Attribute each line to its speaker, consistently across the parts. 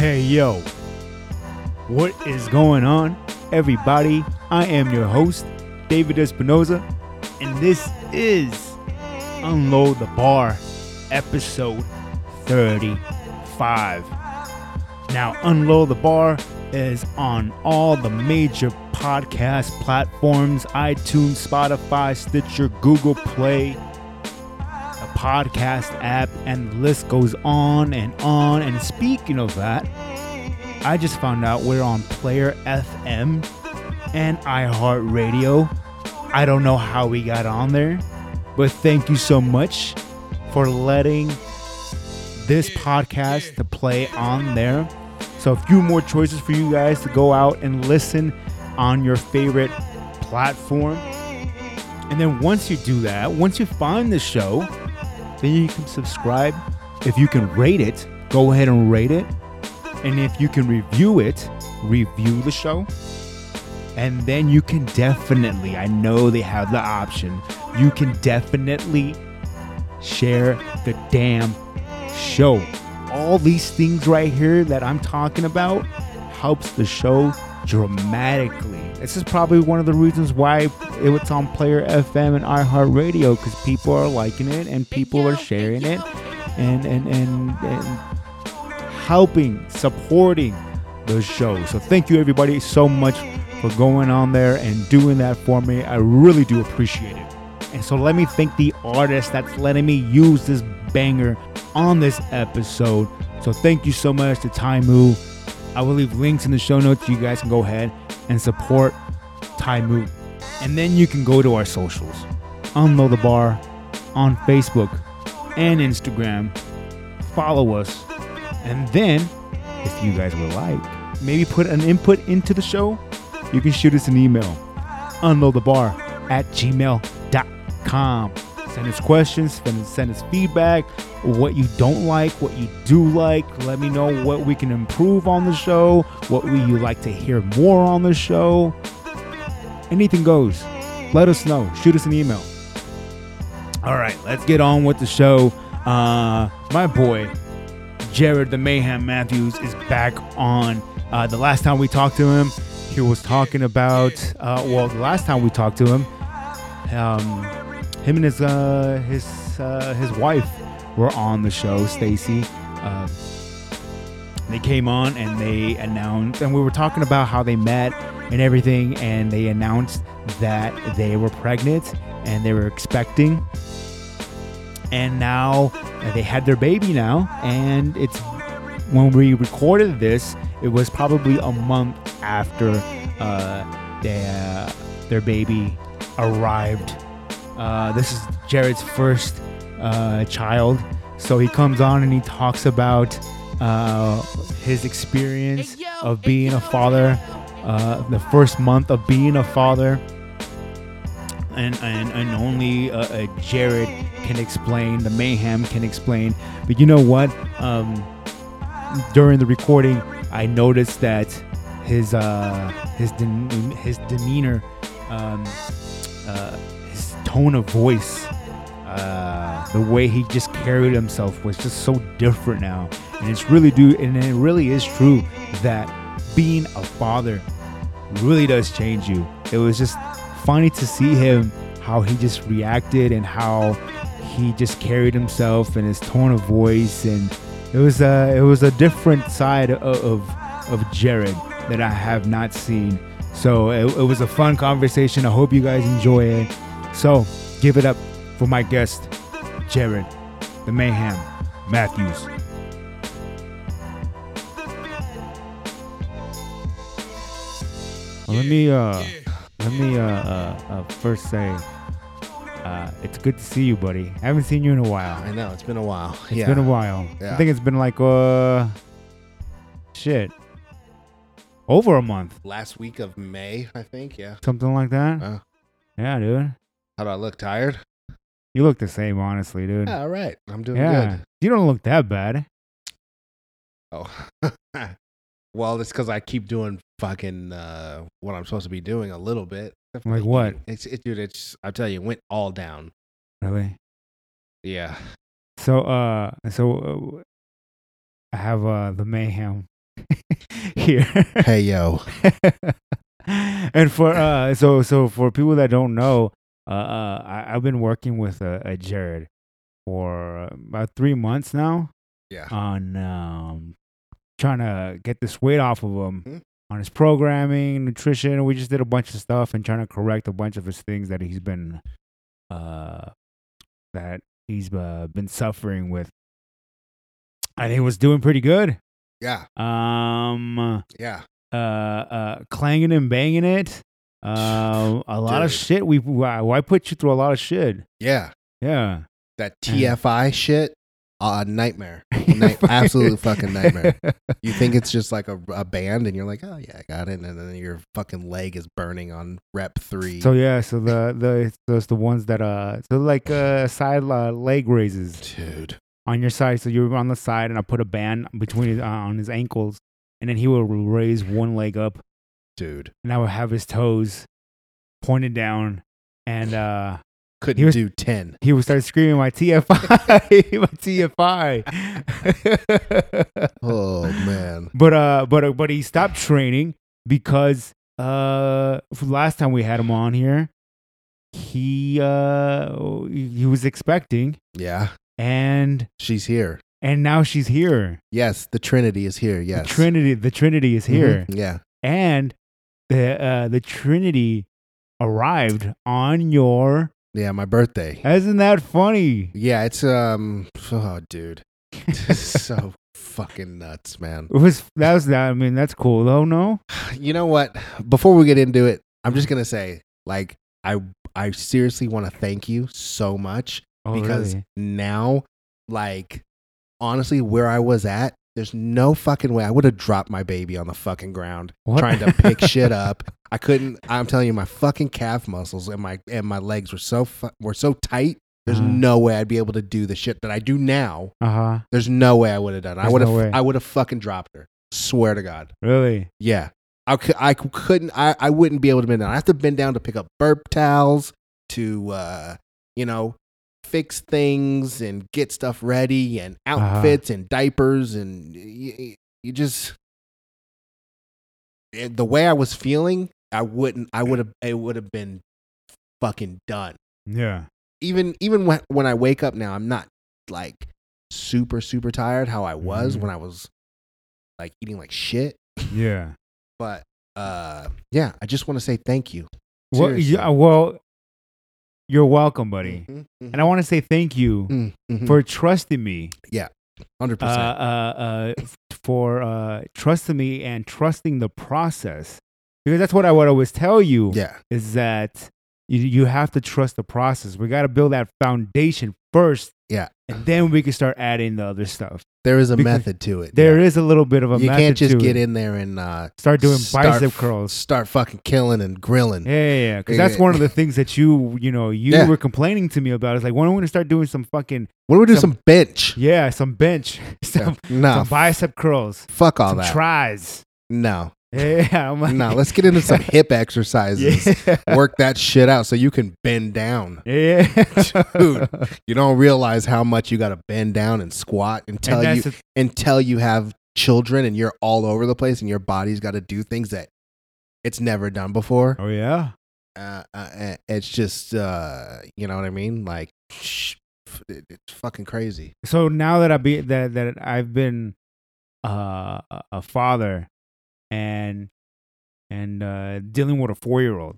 Speaker 1: Hey, yo. What is going on, everybody? I am your host, David Espinoza, and this is Unload the Bar, episode 35. Now, Unload the Bar is on all the major podcast platforms iTunes, Spotify, Stitcher, Google Play, the podcast app, and the list goes on and on. And speaking of that, I just found out we're on Player FM and iHeartRadio. I don't know how we got on there, but thank you so much for letting this podcast to play on there. So a few more choices for you guys to go out and listen on your favorite platform. And then once you do that, once you find the show, then you can subscribe. If you can rate it, go ahead and rate it. And if you can review it, review the show. And then you can definitely, I know they have the option, you can definitely share the damn show. All these things right here that I'm talking about helps the show dramatically. This is probably one of the reasons why it was on Player FM and iHeartRadio because people are liking it and people are sharing it and and and, and helping, supporting the show. So thank you everybody so much for going on there and doing that for me. I really do appreciate it. And so let me thank the artist that's letting me use this banger on this episode. So thank you so much to Taimu. I will leave links in the show notes. You guys can go ahead and support Taimu. And then you can go to our socials. Unload the bar on Facebook and Instagram. Follow us. And then, if you guys would like, maybe put an input into the show, you can shoot us an email. Unload the bar at gmail.com. Send us questions, send, send us feedback, what you don't like, what you do like. Let me know what we can improve on the show, what we, you like to hear more on the show. Anything goes. Let us know. Shoot us an email. All right, let's get on with the show. Uh, my boy, Jared the Mayhem Matthews is back on. Uh, the last time we talked to him, he was talking about. Uh, well, the last time we talked to him, um, him and his uh, his uh, his wife were on the show, Stacy. Uh, they came on and they announced, and we were talking about how they met and everything, and they announced that they were pregnant and they were expecting and now uh, they had their baby now and it's when we recorded this it was probably a month after uh, their, their baby arrived uh, this is jared's first uh, child so he comes on and he talks about uh, his experience of being a father uh, the first month of being a father and and, and only uh, uh, Jared can explain. The mayhem can explain. But you know what? Um, during the recording, I noticed that his uh, his dem- his demeanor, um, uh, his tone of voice, uh, the way he just carried himself was just so different now. And it's really do, and it really is true that being a father really does change you. It was just funny to see him how he just reacted and how he just carried himself and his tone of voice and it was a it was a different side of of, of Jared that I have not seen. So it, it was a fun conversation. I hope you guys enjoy it. So give it up for my guest, Jared, the Mayhem, Matthews. Well, let me uh, let me uh, uh, uh, first say, uh, it's good to see you, buddy. I haven't seen you in a while.
Speaker 2: I know it's been a while.
Speaker 1: It's
Speaker 2: yeah,
Speaker 1: been a while. I
Speaker 2: Yeah.
Speaker 1: think it's been like uh, shit, over a month,
Speaker 2: Last week of May, I think. Yeah.
Speaker 1: something like that.
Speaker 2: Uh,
Speaker 1: yeah, dude.
Speaker 2: how do I look? Tired?
Speaker 1: Hmm. You look the same, honestly, dude.
Speaker 2: Yeah, all right. I'm doing
Speaker 1: yeah,
Speaker 2: good.
Speaker 1: you don't look that bad.
Speaker 2: Oh. well, it's because I keep doing fucking uh, what I'm supposed to be doing a little bit. Except for
Speaker 1: Like
Speaker 2: the
Speaker 1: what?
Speaker 2: eating. It's it, dude. It's I tell you, it went all down.
Speaker 1: Really.
Speaker 2: Yeah.
Speaker 1: So uh, so uh, I have uh the mayhem here.
Speaker 2: Hey yo.
Speaker 1: and for uh, so so for people that don't know, uh, uh I, I've been working with uh, uh, Jared for about three months now
Speaker 2: Yeah.
Speaker 1: on um trying to get this weight off of him
Speaker 2: Mhm.
Speaker 1: on his programming, nutrition. We just did a bunch of stuff and trying to correct a bunch of his things that he's been uh that he's uh, been suffering with. And he was doing pretty good.
Speaker 2: Yeah.
Speaker 1: Um
Speaker 2: Yeah.
Speaker 1: uh, uh, clanging and banging it. Uh, a lot of
Speaker 2: Dude.
Speaker 1: shit. We why, why put you through a lot of shit?
Speaker 2: Yeah.
Speaker 1: Yeah,
Speaker 2: That
Speaker 1: Yeah.
Speaker 2: TFI shit. A nightmare. Night, absolute fucking nightmare. You think it's just like a, a band and you're like, oh yeah, I got it. And then your fucking leg is burning on rep three.
Speaker 1: so yeah, so the the those the ones that uh so like uh side uh, leg raises
Speaker 2: Dude.
Speaker 1: on your side. So you were on the side, and I put a band between his, uh, on his ankles, and then he would raise one leg up,
Speaker 2: Dude.
Speaker 1: and I would have his toes pointed down, and uh
Speaker 2: Couldn't
Speaker 1: He was-
Speaker 2: do 10.
Speaker 1: he would start screaming my TFI, my TFI.
Speaker 2: Oh, man.
Speaker 1: But uh, but uh, but he stopped training because uh, f- last time we had him on here, he uh, he was expecting,
Speaker 2: Yeah.
Speaker 1: and
Speaker 2: She's here.
Speaker 1: and now she's here.
Speaker 2: Yes. The Trinity is here. Yes.
Speaker 1: The Trinity, the Trinity is here,
Speaker 2: Mhm. Yeah.
Speaker 1: and the uh, the Trinity arrived on your.
Speaker 2: Yeah. My birthday.
Speaker 1: Isn't that funny?
Speaker 2: Yeah. It's, um, oh, dude. This is so fucking nuts, man.
Speaker 1: It was that was that. I mean, that's cool though. No,
Speaker 2: you know what before we get into it i'm just gonna say like i i seriously want to thank you so much
Speaker 1: oh,
Speaker 2: because
Speaker 1: really?
Speaker 2: now like honestly where i was at there's no fucking way i would have dropped my baby on the fucking ground
Speaker 1: What?
Speaker 2: trying to pick shit up i couldn't i'm telling you my fucking calf muscles and my and my legs were so fu- were so tight there's
Speaker 1: Uh-huh.
Speaker 2: no way i'd be able to do the shit that i do now
Speaker 1: uh huh,
Speaker 2: there's no way i would have done it. i
Speaker 1: There's
Speaker 2: would
Speaker 1: no
Speaker 2: have
Speaker 1: way.
Speaker 2: i would have fucking dropped her swear to god
Speaker 1: really.
Speaker 2: yeah. I, cou- I couldn't, I, I wouldn't be able to bend down. I have to bend down to pick up burp towels, to, uh, you know, fix things and get stuff ready and outfits and diapers. And you, you just, and the way I was feeling, I wouldn't, I would have, it would have been fucking done.
Speaker 1: Yeah,
Speaker 2: Even, even when, when I wake up now, I'm not like super, super tired how I was
Speaker 1: Mhm.
Speaker 2: when I was like eating like shit
Speaker 1: yeah.
Speaker 2: but uh yeah i just want to say thank you
Speaker 1: Well,
Speaker 2: Seriously.
Speaker 1: yeah, well, you're welcome, buddy.
Speaker 2: Mhm, mhm,
Speaker 1: And I want to say thank you
Speaker 2: mhm, mhm.
Speaker 1: for trusting me, uh,
Speaker 2: 100%
Speaker 1: uh, uh, for uh, trusting me and trusting the process. Because that's what I would always tell you
Speaker 2: yeah
Speaker 1: is that you, you have to trust the process. We got to build that foundation first.
Speaker 2: Yeah.
Speaker 1: And then we can start adding the other stuff.
Speaker 2: there is a
Speaker 1: because
Speaker 2: method to it
Speaker 1: There is a little bit of a
Speaker 2: you
Speaker 1: method
Speaker 2: can't just
Speaker 1: to
Speaker 2: get
Speaker 1: it.
Speaker 2: in there and uh
Speaker 1: Start doing
Speaker 2: start
Speaker 1: bicep
Speaker 2: f-
Speaker 1: curls.
Speaker 2: start fucking killing and grilling
Speaker 1: Yeah, yeah, yeah. Because
Speaker 2: Yeah.
Speaker 1: that's one of the things that you, you know, you
Speaker 2: Yeah.
Speaker 1: were complaining to me about. It's like, when am I going to start doing some fucking,
Speaker 2: what do we do
Speaker 1: Some-
Speaker 2: some, bench
Speaker 1: yeah, some bench, some,
Speaker 2: no
Speaker 1: some bicep curls,
Speaker 2: fuck all
Speaker 1: some
Speaker 2: that
Speaker 1: tries.
Speaker 2: no
Speaker 1: Yeah, I'm like,
Speaker 2: no let's get into some hip exercises
Speaker 1: yeah,
Speaker 2: work that shit out so you can bend down
Speaker 1: yeah.
Speaker 2: Dude, you don't realize how much you got to bend down and squat until
Speaker 1: and
Speaker 2: you
Speaker 1: that's the-
Speaker 2: until you have children and you're all over the place and your body's got to do things that it's never done before.
Speaker 1: oh yeah,
Speaker 2: Uh, uh, uh, it's just, uh, you know what I mean? Like, sh- f- it- it's fucking crazy.
Speaker 1: so now that I be that that I've been uh, a- a father and and uh, dealing with a four year old,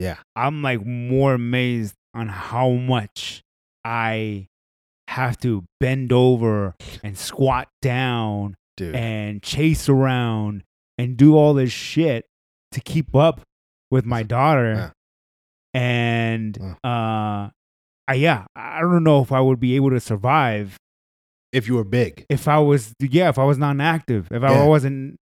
Speaker 2: Yeah.
Speaker 1: I'm like more amazed on how much I have to bend over and squat down
Speaker 2: Dude.
Speaker 1: and chase around and do all this shit to keep up with my daughter. And
Speaker 2: Wow.
Speaker 1: uh, I, yeah, I don't know if I would be able to survive
Speaker 2: if you were big.
Speaker 1: if I was, yeah, if I was non-active, if I
Speaker 2: Yeah.
Speaker 1: wasn't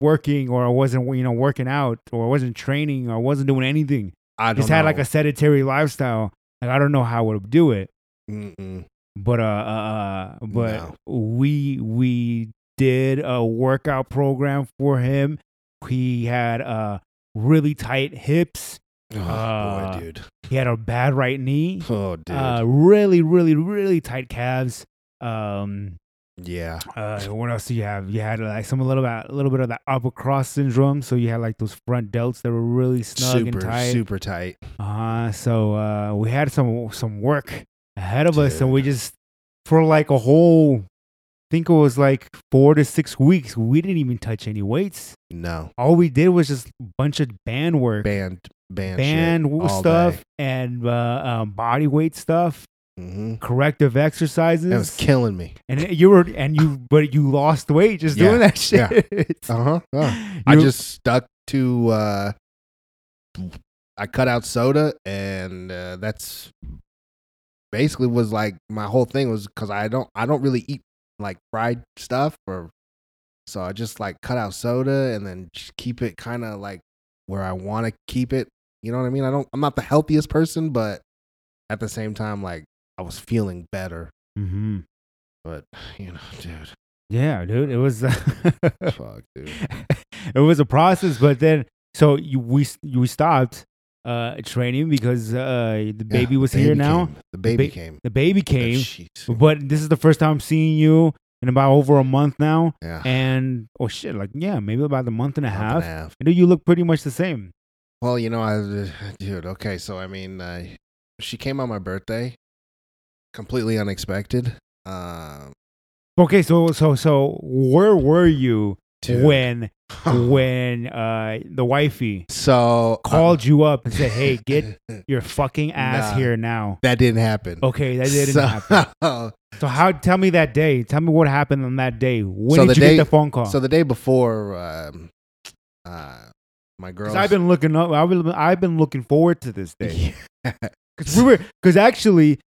Speaker 1: working or I wasn't, you know, working out or I wasn't training or I wasn't doing anything.
Speaker 2: I
Speaker 1: Just had like a sedentary lifestyle. Like I don't know how I would do it,
Speaker 2: Mm-mm.
Speaker 1: but uh, uh uh, but we we did a workout program for him. He had uh really tight hips.
Speaker 2: Oh,
Speaker 1: Uh,
Speaker 2: boy, dude.
Speaker 1: He had a bad right knee.
Speaker 2: Oh, dude.
Speaker 1: Uh, really, really, really tight calves. Um,
Speaker 2: Yeah.
Speaker 1: Uh, what else do you have? You had like some a little bit, a little bit of that upper cross syndrome. So you had like those front delts that were really snug and
Speaker 2: Super,
Speaker 1: tight.
Speaker 2: super tight.
Speaker 1: Uh, so uh, we had some some work ahead of us, and
Speaker 2: Dude.
Speaker 1: we just for like a whole, I think it was like four to six weeks, we didn't even touch any weights.
Speaker 2: No.
Speaker 1: All we did was just a bunch of band work,
Speaker 2: Band, band,
Speaker 1: band w- stuff, and uh, um, body weight stuff,
Speaker 2: Mm-hmm.
Speaker 1: corrective exercises.
Speaker 2: That was killing me.
Speaker 1: and it- you were and you, but you lost weight just
Speaker 2: Yeah,
Speaker 1: doing that shit.
Speaker 2: Uh-huh. Uh,
Speaker 1: You
Speaker 2: I
Speaker 1: were-
Speaker 2: just stuck to, uh, I cut out soda and uh, that's basically was like my whole thing was because I don't, I don't really eat like fried stuff or, so I just like cut out soda and then just keep it kind of like where I want to keep it. You know what I mean? I don't, I'm not the healthiest person, but at the same time, like I was feeling better.
Speaker 1: Mhm.
Speaker 2: But you know, dude,
Speaker 1: yeah, dude, it was. uh,
Speaker 2: fuck, dude.
Speaker 1: it was a process, but then so you, we we stopped uh, training because uh, the baby
Speaker 2: Yeah,
Speaker 1: was here now.
Speaker 2: came. The baby
Speaker 1: ba-
Speaker 2: came. Oh,
Speaker 1: The baby came,
Speaker 2: Jeez.
Speaker 1: but this is the first time seeing you in about over a month now,
Speaker 2: Yeah.
Speaker 1: and oh shit, like yeah, maybe about a month and a
Speaker 2: month and
Speaker 1: half.
Speaker 2: a half.
Speaker 1: And you look pretty much the same.
Speaker 2: Well, you know, I, dude. Okay, so I mean, uh, she came on my birthday, completely unexpected. Um,
Speaker 1: Okay, so so so where were you
Speaker 2: dude.
Speaker 1: when
Speaker 2: Oh,
Speaker 1: when uh, the wifey
Speaker 2: so
Speaker 1: called you up and said, "Hey, get your fucking ass
Speaker 2: Nah.
Speaker 1: here now."
Speaker 2: that didn't happen.
Speaker 1: Okay, that didn't
Speaker 2: so, oh,
Speaker 1: happen. So how? Tell me that day. Tell me what happened on that day. When
Speaker 2: So
Speaker 1: did
Speaker 2: the
Speaker 1: you
Speaker 2: day-
Speaker 1: get the phone call?
Speaker 2: so the day before, um, uh, my girl.
Speaker 1: Because I've been looking up. I've been, I've been looking forward to this day. Because
Speaker 2: Yeah.
Speaker 1: we were. Because actually,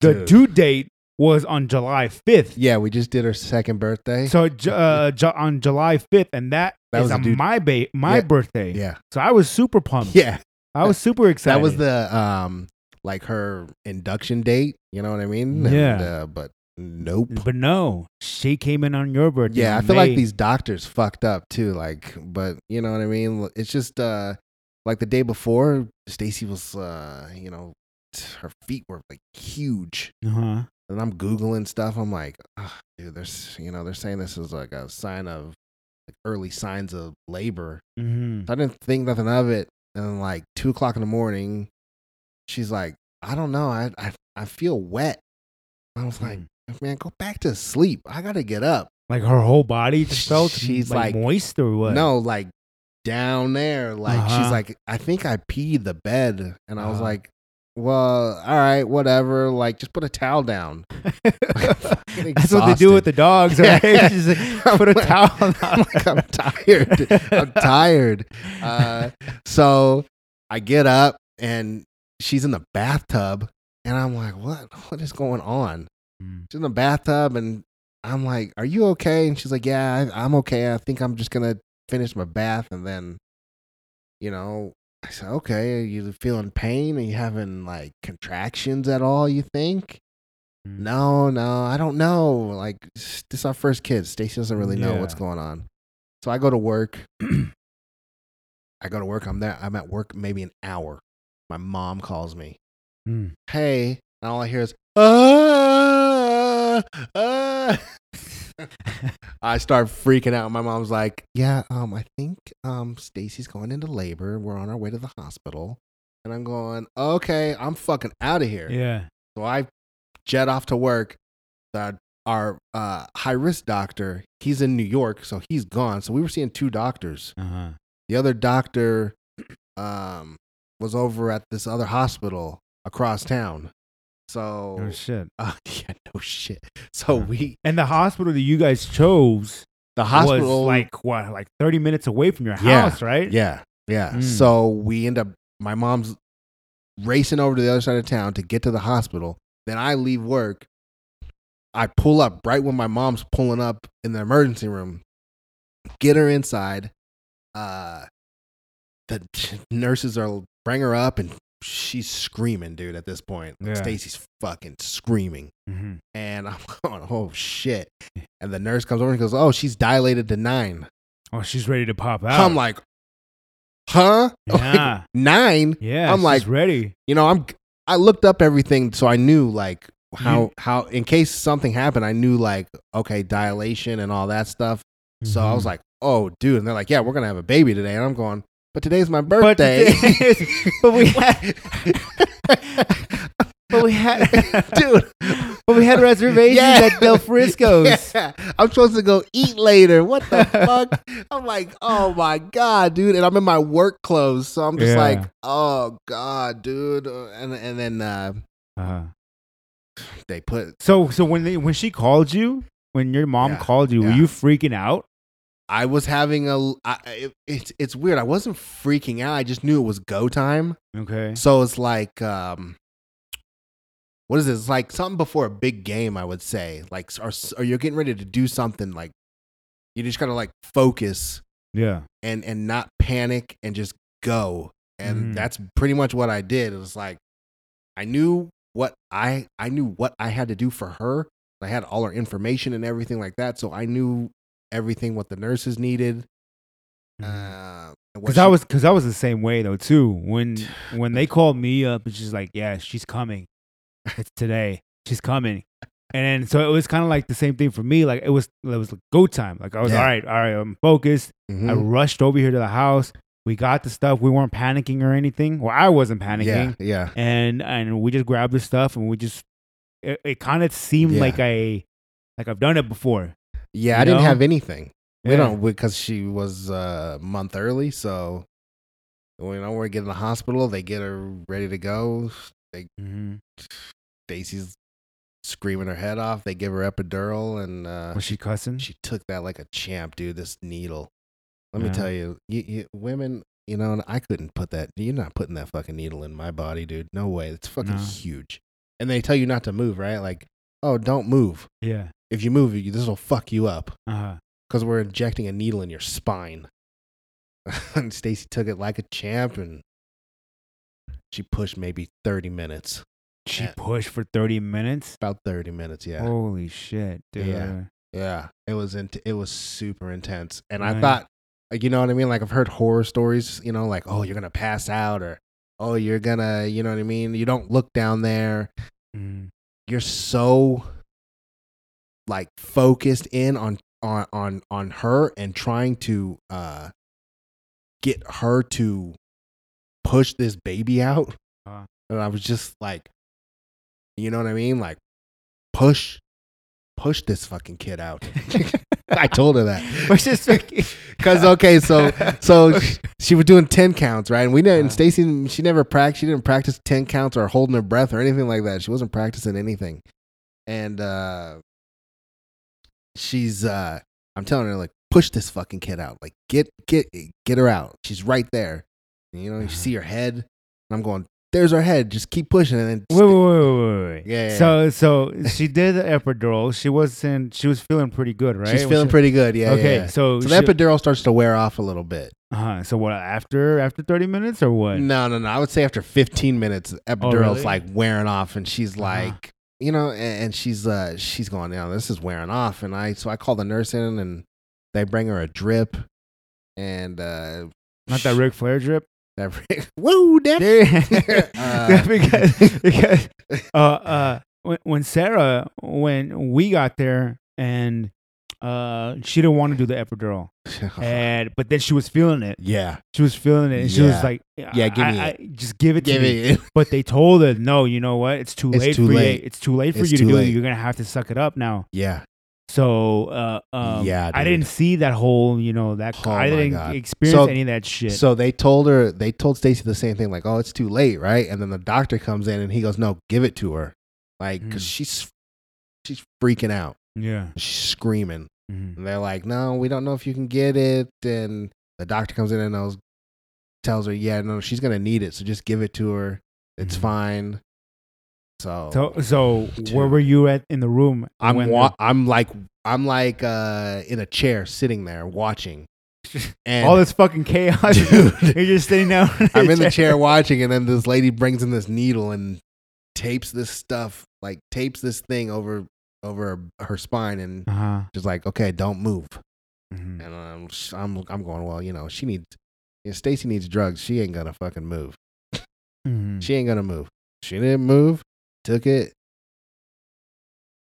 Speaker 1: the
Speaker 2: Dude.
Speaker 1: due date was on July fifth.
Speaker 2: yeah, we just did her second birthday.
Speaker 1: So ju- uh, ju- on July fifth, and
Speaker 2: That
Speaker 1: that is
Speaker 2: was the
Speaker 1: on
Speaker 2: due-
Speaker 1: my ba- my
Speaker 2: Yeah.
Speaker 1: birthday.
Speaker 2: yeah,
Speaker 1: So I was super pumped.
Speaker 2: yeah.
Speaker 1: I was super excited.
Speaker 2: That was the um like her induction date. You know what I mean?
Speaker 1: Yeah.
Speaker 2: And, uh, but nope.
Speaker 1: But no, she came in on your birthday.
Speaker 2: yeah, I
Speaker 1: in
Speaker 2: feel
Speaker 1: May.
Speaker 2: like these doctors fucked up too. Like, but you know what I mean? It's just uh like the day before, Stacy was uh, you know, her feet were like huge.
Speaker 1: Uh-huh.
Speaker 2: And I'm googling stuff. I'm like, "Ugh, dude, there's you know, they're saying this is like a sign of like early signs of labor.
Speaker 1: hmm
Speaker 2: So I didn't think nothing of it. And then, like two o'clock in the morning, she's like, I don't know. I I, I feel wet. I was like,
Speaker 1: Hmm.
Speaker 2: man, go back to sleep. I gotta get up.
Speaker 1: Like her whole body just felt
Speaker 2: She's
Speaker 1: like,
Speaker 2: like,
Speaker 1: moist or what?
Speaker 2: No, like down there. Like
Speaker 1: Uh-huh.
Speaker 2: she's like, I think I peed the bed. And I was
Speaker 1: Uh-huh.
Speaker 2: like, Well, all right, whatever. Like, just put a towel down.
Speaker 1: That's what they do with the dogs, right? Just like, put a towel on.
Speaker 2: I'm like, I'm tired. I'm tired. Uh, so I get up and she's in the bathtub and I'm like, what? What is going on?
Speaker 1: Mm.
Speaker 2: She's in the bathtub and I'm like, are you okay? And she's like, yeah, I, I'm okay. I think I'm just going to finish my bath and then, you know, I said, okay, are you feeling pain? Are you having like contractions at all, you think?
Speaker 1: Mm.
Speaker 2: No, no, I don't know. Like, s- this is our first kid. Stacy doesn't really know
Speaker 1: Yeah.
Speaker 2: what's going on. So I go to work. I go to work. I'm there. I'm at work maybe an hour. My mom calls me.
Speaker 1: Mm.
Speaker 2: Hey, and all I hear is ah, ah. I start freaking out. My mom's like, "Yeah, um, I think um, Stacy's going into labor. We're on our way to the hospital." And I'm going, "Okay, I'm fucking out of here."
Speaker 1: Yeah.
Speaker 2: So I jet off to work. Our, our uh, high risk doctor, he's in New York, so he's gone. So we were seeing two doctors.
Speaker 1: Uh-huh.
Speaker 2: The other doctor um, was over at this other hospital across town. So,
Speaker 1: Oh shit.
Speaker 2: uh, yeah, no shit. So
Speaker 1: Huh.
Speaker 2: we,
Speaker 1: And the hospital that you guys chose
Speaker 2: the hospital,
Speaker 1: was like what, like thirty minutes away from your
Speaker 2: Yeah.
Speaker 1: house, right?
Speaker 2: yeah, yeah.
Speaker 1: Mm.
Speaker 2: So we end up, my mom's racing over to the other side of town to get to the hospital. Then I leave work. I pull up right when my mom's pulling up in the emergency room, get her inside. Uh, the nurses are bring her up, and she's screaming, dude. At this point, like,
Speaker 1: Yeah.
Speaker 2: Stacy's fucking screaming,
Speaker 1: Mhm.
Speaker 2: and I'm going, "Oh shit!" And the nurse comes over and goes, "Oh, she's dilated to nine.
Speaker 1: Oh, she's ready to pop out.
Speaker 2: I'm like, "Huh? Like,
Speaker 1: yeah,
Speaker 2: nine?
Speaker 1: yeah.
Speaker 2: I'm
Speaker 1: she's
Speaker 2: like-
Speaker 1: ready.
Speaker 2: you know, I'm I looked up everything so I knew like
Speaker 1: Mm-hmm.
Speaker 2: how how in case something happened, I knew like okay dilation and all that stuff. So I
Speaker 1: Mm-hmm.
Speaker 2: was like, oh dude, and they're like, yeah, we're gonna have a baby today, and I'm going, but today's my
Speaker 1: but,
Speaker 2: birthday.
Speaker 1: but we had, but we had,
Speaker 2: Dude,
Speaker 1: but we had reservations
Speaker 2: Yeah.
Speaker 1: at Del Frisco's.
Speaker 2: Yeah. I'm supposed to go eat later. What the fuck? I'm like, oh my god, dude, and I'm in my work clothes, so I'm just
Speaker 1: Yeah.
Speaker 2: like, oh god, dude, Uh, and and then uh,
Speaker 1: Uh-huh.
Speaker 2: they put.
Speaker 1: So, so when they when she called you, when your mom
Speaker 2: Yeah,
Speaker 1: called you, were
Speaker 2: yeah.
Speaker 1: you freaking out?
Speaker 2: I was having a. I, it, it's it's weird. I wasn't freaking out. I just knew it was go time.
Speaker 1: Okay.
Speaker 2: So it's like, um, what is this? It's like something before a big game, I would say. Like, s- or, s- or you're getting ready to do something. Like, you just gotta like focus
Speaker 1: Yeah.
Speaker 2: and and not panic and just go. And
Speaker 1: Mhm.
Speaker 2: that's pretty much what I did. It was like, I knew what I I knew what I had to do for her. I had all her information and everything like that, so I knew everything what the nurses needed. Uh, and what
Speaker 1: Mm-hmm. Because I
Speaker 2: she-
Speaker 1: was, because I was the same way though too. When when they called me up, and she's like, "Yeah, she's coming. It's today. She's coming." And so it was kind of like the same thing for me. Like it was, it was like go time. Like I was
Speaker 2: Yeah.
Speaker 1: all right, all right. I'm focused.
Speaker 2: Mhm.
Speaker 1: I rushed over here to the house. We got the stuff. We weren't panicking or anything. Well, I wasn't panicking.
Speaker 2: yeah, yeah.
Speaker 1: and and we just grabbed the stuff and we just it, it kind of seemed
Speaker 2: Yeah.
Speaker 1: like I like I've done it before.
Speaker 2: Yeah,
Speaker 1: You
Speaker 2: I didn't
Speaker 1: know?
Speaker 2: have anything. We
Speaker 1: Yeah.
Speaker 2: don't because she was uh, a month early, so you know we get in the hospital. They get her ready to go.
Speaker 1: Mhm.
Speaker 2: Stacy's screaming her head off. They give her epidural, and uh,
Speaker 1: Was she cussing?
Speaker 2: she took that like a champ, dude. This needle. Let
Speaker 1: Yeah.
Speaker 2: me tell you, you, you, women, you know, and I couldn't put that. You're not putting that fucking needle in my body, dude. No way. It's fucking
Speaker 1: No.
Speaker 2: huge. And they tell you not to move, right? Like, oh, don't move.
Speaker 1: yeah.
Speaker 2: If you move, you, this will fuck you up.
Speaker 1: Uh huh.
Speaker 2: because we're injecting a needle in your spine. and Stacy took it like a champ, and she pushed maybe thirty minutes,
Speaker 1: She
Speaker 2: Yeah.
Speaker 1: pushed for thirty minutes.
Speaker 2: about thirty minutes. Yeah,
Speaker 1: Holy shit, dude.
Speaker 2: Yeah. yeah. It was in- it was super intense, and I
Speaker 1: Right.
Speaker 2: thought, like, you know what I mean. Like I've heard horror stories, you know, like oh you're gonna pass out, or oh you're gonna, you know what I mean. You don't look down there.
Speaker 1: Mm.
Speaker 2: You're so like focused in on on on on her and trying to uh get her to push this baby out
Speaker 1: Uh.
Speaker 2: and i was just like you know what i mean like push push this fucking kid out i told her that
Speaker 1: Which is fucking-
Speaker 2: because okay so so she, she was doing 10 counts right and we didn't
Speaker 1: Uh.
Speaker 2: stacy she never practiced she didn't practice 10 counts or holding her breath or anything like that she wasn't practicing anything and uh she's uh i'm telling her like push this fucking kid out like get get get her out she's right there And, you know you
Speaker 1: Uh-huh.
Speaker 2: see her head and i'm going there's her head just keep pushing and then
Speaker 1: Wait, wait, wait, wait, wait. wait.
Speaker 2: Yeah, yeah,
Speaker 1: So, so she did the epidural. She wasn't. She was feeling pretty good, right?
Speaker 2: she's
Speaker 1: Was
Speaker 2: feeling
Speaker 1: she-
Speaker 2: pretty good yeah
Speaker 1: okay,
Speaker 2: okay so,
Speaker 1: so
Speaker 2: the
Speaker 1: she-
Speaker 2: epidural starts to wear off a little bit
Speaker 1: uh-huh. so what after after thirty minutes or what?
Speaker 2: No, no, no. I would say after 15 minutes, epidural's
Speaker 1: Oh, really?
Speaker 2: like wearing off, and she's
Speaker 1: Uh-huh.
Speaker 2: like, you know, a- and, she's uh, she's going, now this is wearing off, and I so I call the nurse in, and they bring her a drip, and uh,
Speaker 1: Not that Ric Flair drip.
Speaker 2: that Rick- woo, that
Speaker 1: Yeah.
Speaker 2: Uh,
Speaker 1: because because uh, uh, when, when Sarah when we got there and uh, she didn't want to do the epidural,
Speaker 2: Uh-huh.
Speaker 1: and but then she was feeling it.
Speaker 2: yeah,
Speaker 1: She was feeling it, and she was
Speaker 2: Yeah.
Speaker 1: like,
Speaker 2: Yeah, give me
Speaker 1: I, I- just give it to
Speaker 2: give
Speaker 1: me."
Speaker 2: it.
Speaker 1: But they told her, "No, you know what? It's too
Speaker 2: It's
Speaker 1: late
Speaker 2: too
Speaker 1: for
Speaker 2: late.
Speaker 1: you. It's too late for
Speaker 2: It's
Speaker 1: you to
Speaker 2: too
Speaker 1: do it.
Speaker 2: late."
Speaker 1: You're gonna have to suck it up now."
Speaker 2: Yeah,
Speaker 1: So, uh, um,
Speaker 2: Yeah,
Speaker 1: I
Speaker 2: dude.
Speaker 1: didn't see that whole, you know, that
Speaker 2: Oh
Speaker 1: I
Speaker 2: my
Speaker 1: didn't
Speaker 2: God.
Speaker 1: experience
Speaker 2: So-
Speaker 1: any of that shit.
Speaker 2: so they told her, they told Stacy the same thing, like, oh, it's too late, right? And then the doctor comes in, and he goes, no, give it to her, like, 'cause
Speaker 1: Mm.
Speaker 2: she's she's freaking out,
Speaker 1: yeah,
Speaker 2: she's screaming.
Speaker 1: Mhm.
Speaker 2: And they're like, no, we don't know if you can get it. And the doctor comes in and knows, tells her, yeah, no, she's going to need it. So just give it to her. It's
Speaker 1: Mhm.
Speaker 2: fine. So,
Speaker 1: so so where
Speaker 2: Dude.
Speaker 1: were you at in the room?
Speaker 2: I'm,
Speaker 1: when the-
Speaker 2: wa- I'm like, I'm like uh, in a chair sitting there watching. And
Speaker 1: all this fucking chaos.
Speaker 2: Dude.
Speaker 1: You're just sitting down.
Speaker 2: I'm in the chair watching. And then this lady brings in this needle and tapes this stuff, like tapes this thing over, over her spine and
Speaker 1: Uh huh.
Speaker 2: just like, okay, don't move.
Speaker 1: Mm-hmm. Mm.
Speaker 2: And I'm, sh- I'm, I'm going, well, you know, she needs, if Stacy needs drugs, she ain't gonna fucking
Speaker 1: Mm.
Speaker 2: Mm-hmm. move. She ain't gonna move. She didn't move, took it,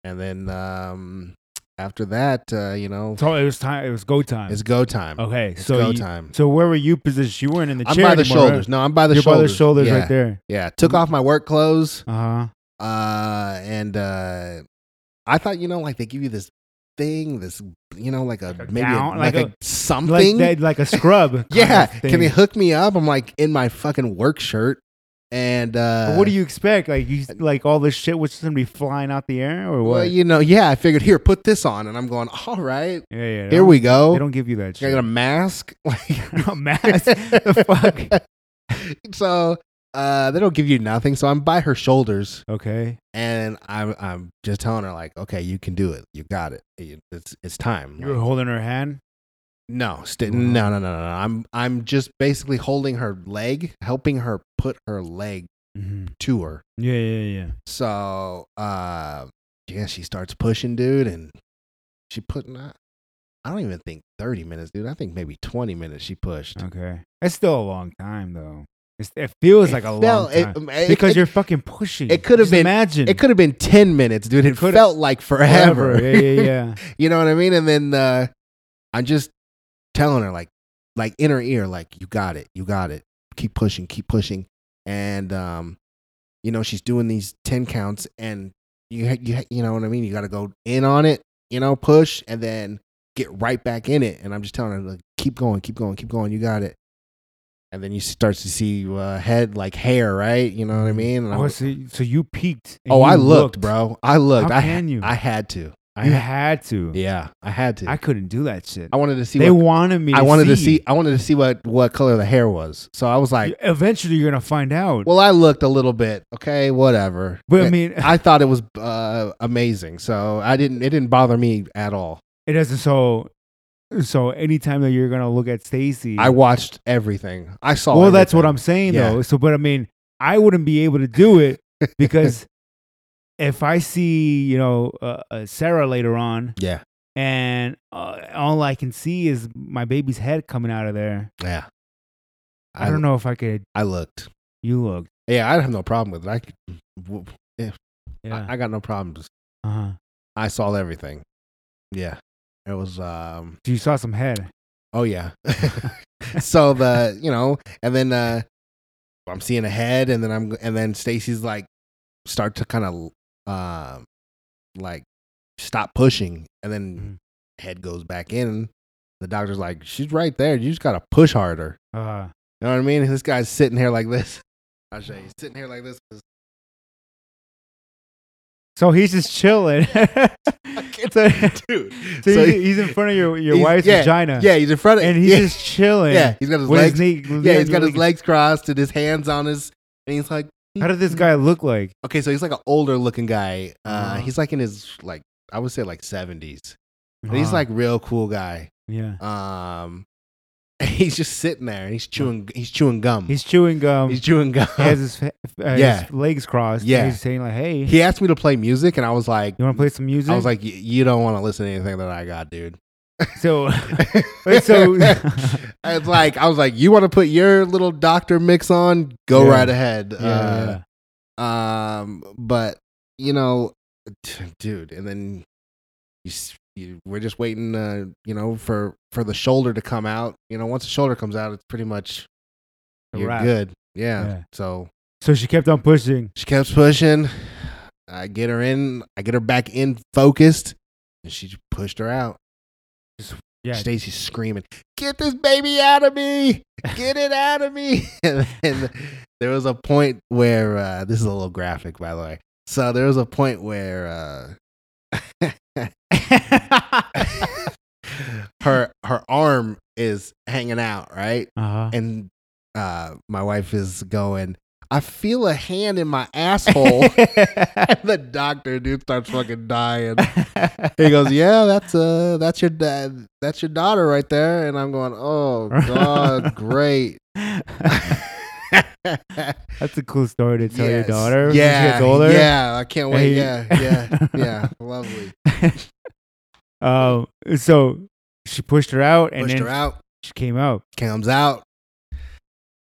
Speaker 2: and then um, after that, uh, you know,
Speaker 1: So it was time. It was go time.
Speaker 2: it's go time.
Speaker 1: okay,
Speaker 2: It's
Speaker 1: so
Speaker 2: go
Speaker 1: you-
Speaker 2: time.
Speaker 1: so where were you positioned? You weren't in the
Speaker 2: I'm
Speaker 1: chair
Speaker 2: by the
Speaker 1: anymore, right?
Speaker 2: shoulders. No, I'm by the
Speaker 1: You're
Speaker 2: shoulders.
Speaker 1: by the shoulders
Speaker 2: yeah.
Speaker 1: right there.
Speaker 2: Yeah, took off my work clothes,
Speaker 1: Uh huh.
Speaker 2: uh, and uh, I thought, you know, like they give you this thing, this, you know, like a
Speaker 1: Like a
Speaker 2: maybe a-
Speaker 1: gown,
Speaker 2: like,
Speaker 1: like
Speaker 2: a,
Speaker 1: Like
Speaker 2: something.
Speaker 1: that, like a scrub. kind
Speaker 2: yeah,
Speaker 1: of thing.
Speaker 2: can they hook me up? I'm like in my fucking work shirt, and uh,
Speaker 1: But what do you expect? Like you, like all this shit was just gonna be flying out the air, or what?
Speaker 2: Well, you know, yeah, I figured here, put this on, and I'm going. All right,
Speaker 1: yeah, yeah. they
Speaker 2: here
Speaker 1: don't-
Speaker 2: we
Speaker 1: They
Speaker 2: go.
Speaker 1: don't give you that
Speaker 2: I got a
Speaker 1: shit.
Speaker 2: mask. Like,
Speaker 1: A mask. the fuck.
Speaker 2: so uh, they don't give you nothing. So I'm by her shoulders,
Speaker 1: Okay.
Speaker 2: and I'm I'm just telling her like, okay, you can do it. You got it. It- It's it's time.
Speaker 1: You were
Speaker 2: Like,
Speaker 1: holding her hand.
Speaker 2: no, st- no, no, no, no, no. I'm I'm just basically holding her leg, helping her put her leg
Speaker 1: Mm-hmm.
Speaker 2: to her.
Speaker 1: Yeah, yeah, yeah.
Speaker 2: So uh, yeah, she starts pushing, dude, and she put. I I don't even think thirty minutes, dude. I think maybe twenty minutes. She pushed.
Speaker 1: Okay. It's still a long time though. It's, it feels like a long
Speaker 2: felt- it-
Speaker 1: time
Speaker 2: it-
Speaker 1: because
Speaker 2: it-
Speaker 1: you're fucking pushing.
Speaker 2: it could have
Speaker 1: Just
Speaker 2: been-
Speaker 1: Imagine
Speaker 2: It could have been ten minutes, dude. It
Speaker 1: Could've-
Speaker 2: felt like forever.
Speaker 1: Yeah, yeah, yeah.
Speaker 2: you know what I mean? And then uh, I'm just telling her, like, like in her ear, like, you got it, you got it. Keep pushing, keep pushing. And um, you know, she's doing these ten counts, and you, ha- you, ha- you know what I mean? You got to go in on it, you know, push, and then get right back in it. And I'm just telling her, like, keep going, keep going, keep going. You got it. And then you starts to see uh, head like hair, right? You know what I mean? And I'm-
Speaker 1: Oh, so, so you peaked. and
Speaker 2: oh,
Speaker 1: you
Speaker 2: I looked, bro. I looked.
Speaker 1: How
Speaker 2: I
Speaker 1: can you?
Speaker 2: I had to. I
Speaker 1: You
Speaker 2: had,
Speaker 1: had to.
Speaker 2: yeah, I had to.
Speaker 1: I couldn't do that shit.
Speaker 2: I wanted to see.
Speaker 1: they
Speaker 2: what,
Speaker 1: wanted me. To
Speaker 2: I wanted
Speaker 1: see.
Speaker 2: to see. I wanted to see what what color the hair was. So I was like,
Speaker 1: You- Eventually, you're gonna find out.
Speaker 2: well, I looked a little bit. Okay, whatever.
Speaker 1: but I
Speaker 2: It-
Speaker 1: mean,
Speaker 2: I thought it was uh, amazing. So I didn't. It didn't bother me at all.
Speaker 1: it doesn't. So, so anytime that you're gonna look at Stacy,
Speaker 2: I watched everything. I saw.
Speaker 1: well, that's what I'm
Speaker 2: everything.
Speaker 1: saying
Speaker 2: Yeah.
Speaker 1: though. So, but I mean, I wouldn't be able to do it because if I see, you know, uh, uh, Sarah later on,
Speaker 2: Yeah.
Speaker 1: and uh, all I can see is my baby's head coming out of there.
Speaker 2: Yeah.
Speaker 1: I, don't know if I could.
Speaker 2: I looked.
Speaker 1: You look.
Speaker 2: Yeah, I have no problem with it. I, could, w-
Speaker 1: Yeah.
Speaker 2: I, I got no problems.
Speaker 1: uh-huh.
Speaker 2: I saw everything. Yeah. It was um
Speaker 1: So you saw some head.
Speaker 2: Oh yeah. so the you know, and then uh I'm seeing a head, and then I'm and then Stacy's like start to kind of um like stop pushing, and then
Speaker 1: Mm-hmm.
Speaker 2: head goes back in. The doctor's like, she's right there. You just gotta push harder.
Speaker 1: Uh,
Speaker 2: You know what I mean? This guy's sitting here like this. I'll show you. Sitting here like this.
Speaker 1: so he's just chilling. so
Speaker 2: Dude.
Speaker 1: so
Speaker 2: So
Speaker 1: he-
Speaker 2: he-
Speaker 1: he's in front of your, your
Speaker 2: he's-
Speaker 1: wife's
Speaker 2: yeah,
Speaker 1: vagina.
Speaker 2: Yeah, he's in front of
Speaker 1: And he's
Speaker 2: yeah,
Speaker 1: just chilling.
Speaker 2: Yeah, he's got his
Speaker 1: With
Speaker 2: legs.
Speaker 1: his knee,
Speaker 2: yeah, he's got his legs crossed and his hands on his and he's like
Speaker 1: How did this guy look like?
Speaker 2: Okay, so he's like an older looking guy. Uh,
Speaker 1: Uh-huh.
Speaker 2: He's like in his like I would say like seventies. And he's
Speaker 1: Uh,
Speaker 2: like real cool guy.
Speaker 1: yeah.
Speaker 2: Um, and he's just sitting there and he's chewing he's chewing gum.
Speaker 1: Uh-huh.
Speaker 2: He's,
Speaker 1: He's chewing gum.
Speaker 2: chewing gum.
Speaker 1: he has his, fa- uh,
Speaker 2: Yeah.
Speaker 1: his legs crossed. and
Speaker 2: Yeah.
Speaker 1: He's saying like, "Hey,
Speaker 2: he asked me to play music, and I was like,
Speaker 1: you want to play some music?"
Speaker 2: I was like, "Y- you don't want to listen to anything that I got, dude.
Speaker 1: "So, Wait, so-
Speaker 2: I was like, I was like, you want to put your little doctor mix on? Go
Speaker 1: Yeah.
Speaker 2: right ahead.
Speaker 1: yeah,
Speaker 2: Uh,
Speaker 1: yeah.
Speaker 2: Um, but you know, t- dude, and then you, s- you we're just waiting, uh, you know, for for the shoulder to come out. You know, once the shoulder comes out, it's pretty much
Speaker 1: A
Speaker 2: you're
Speaker 1: wrap.
Speaker 2: good. Yeah.
Speaker 1: Yeah.
Speaker 2: So
Speaker 1: So she kept on pushing.
Speaker 2: she kept pushing. I get her in. I get her back in focused, and she just pushed her out.
Speaker 1: Yeah.
Speaker 2: Stacy's screaming, "Get this baby out of me! Get it out of me!" and then there was a point where uh, this is a little graphic, by the way. So there was a point where uh, her her arm is hanging out, right?
Speaker 1: uh-huh.
Speaker 2: And uh, my wife is going, "I feel a hand in my asshole." and the doctor dude starts fucking dying. He goes, "Yeah, that's uh that's your dad. That's your daughter right there." And I'm going, "Oh god, great."
Speaker 1: That's a cool story to tell your
Speaker 2: Yes.
Speaker 1: daughter. when
Speaker 2: Yeah.
Speaker 1: she gets older.
Speaker 2: Yeah, I can't wait.
Speaker 1: Hey.
Speaker 2: Yeah, yeah. Yeah, lovely.
Speaker 1: Um, so she pushed her out, and
Speaker 2: Pushed
Speaker 1: then
Speaker 2: her out,
Speaker 1: she came out.
Speaker 2: comes out.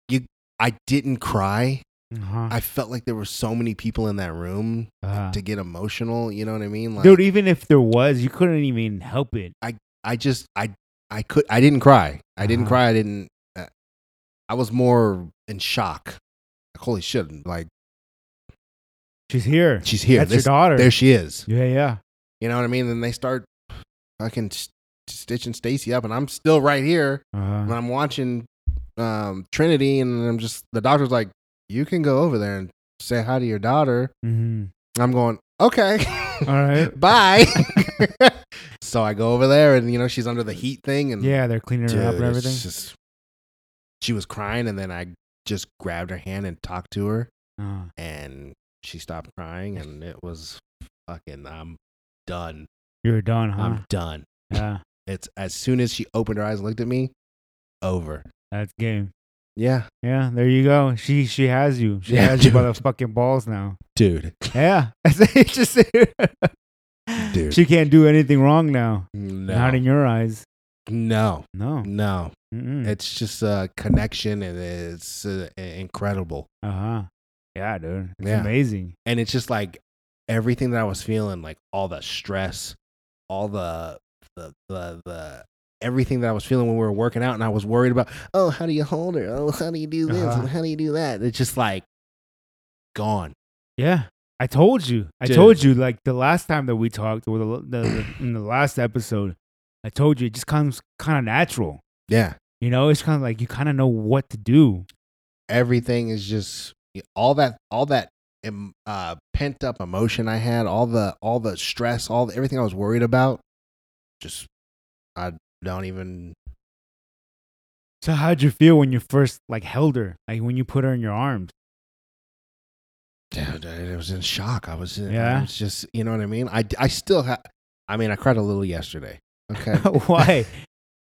Speaker 2: You I didn't cry.
Speaker 1: Uh-huh.
Speaker 2: I felt like there were so many people in that room
Speaker 1: Uh-huh.
Speaker 2: to get emotional. You know what I mean? Like
Speaker 1: Dude, even if there was, you couldn't even help it.
Speaker 2: I just I I could I didn't cry. I didn't
Speaker 1: Uh-huh.
Speaker 2: cry. I didn't. Uh, I was more in shock. Like, holy shit! Like
Speaker 1: She's here.
Speaker 2: she's here.
Speaker 1: That's
Speaker 2: This-
Speaker 1: your daughter.
Speaker 2: there she is.
Speaker 1: yeah, yeah.
Speaker 2: You know what I mean? Then they start fucking st- stitching Stacy up, and I'm still right here. And
Speaker 1: Uh-huh.
Speaker 2: I'm watching um, Trinity, and I'm just the doctor's like, "You can go over there and say hi to your daughter."
Speaker 1: hmm
Speaker 2: I'm going, "Okay,
Speaker 1: All right.
Speaker 2: bye." so I go over there, and you know she's under the heat thing, and
Speaker 1: Yeah, they're cleaning her up and
Speaker 2: Dude, it's
Speaker 1: everything.
Speaker 2: just- she was crying, and then I just grabbed her hand and talked to her,
Speaker 1: Uh,
Speaker 2: and she stopped crying, and it was fucking. I'm done.
Speaker 1: you were done, huh?
Speaker 2: I'm done.
Speaker 1: yeah,
Speaker 2: It's as soon as she opened her eyes and looked at me, over.
Speaker 1: that's game.
Speaker 2: Yeah,
Speaker 1: Yeah, there you go. She she has you. She
Speaker 2: Yeah,
Speaker 1: has you by the
Speaker 2: dude.
Speaker 1: fucking balls now.
Speaker 2: dude.
Speaker 1: Yeah, it's just
Speaker 2: Dude.
Speaker 1: she can't do anything wrong now. Not
Speaker 2: No,
Speaker 1: in your eyes.
Speaker 2: no,
Speaker 1: No.
Speaker 2: no.
Speaker 1: Mm-mm.
Speaker 2: It's just a connection, and it's uh, incredible.
Speaker 1: Uh huh. Yeah, dude. It's
Speaker 2: Yeah.
Speaker 1: amazing.
Speaker 2: and it's just like everything that I was feeling, like all the stress, all the the the, the everything that I was feeling when we were working out, and I was worried about, oh, how do you hold her? Oh, how do you do this?
Speaker 1: Uh-huh.
Speaker 2: And how do you do that? It's just like gone.
Speaker 1: Yeah. I told you. I
Speaker 2: Dude.
Speaker 1: told you. Like the last time that we talked, or the, the, the in the last episode, I told you it just comes kind of natural.
Speaker 2: Yeah,
Speaker 1: You know, it's kind of like you kind of know what to do.
Speaker 2: everything is just all that all that em, uh, pent up emotion I had, all the all the stress, all the, everything I was worried about, just I don't even
Speaker 1: So how'd you feel when you first like held her? Like when you put her in your arms?
Speaker 2: Dude, I I was in shock. I was, in,
Speaker 1: Yeah?
Speaker 2: I was just, you know what I mean. I, I still have. I mean, I cried a little yesterday. Okay.
Speaker 1: Why?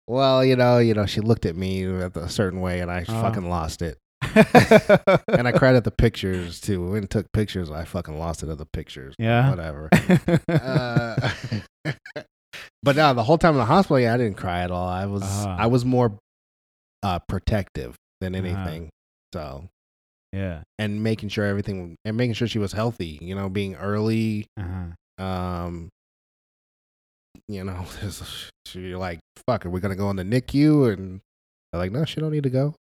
Speaker 2: well, you know, you know, she looked at me at a certain way, and I
Speaker 1: Uh-huh.
Speaker 2: fucking lost it.
Speaker 1: and
Speaker 2: And I cried at the pictures too. We went and took pictures. I fucking lost it at the pictures.
Speaker 1: Yeah.
Speaker 2: Whatever. uh, but no, the whole time in the hospital, yeah, I didn't cry at all. I was,
Speaker 1: Uh-huh.
Speaker 2: I was more uh, protective than
Speaker 1: Uh-huh.
Speaker 2: anything. So,
Speaker 1: yeah.
Speaker 2: and making sure everything, and making sure she was healthy. You know, being early.
Speaker 1: Uh-huh.
Speaker 2: um you know so you're like fuck are we gonna go on the nicu and they're like no she don't need to go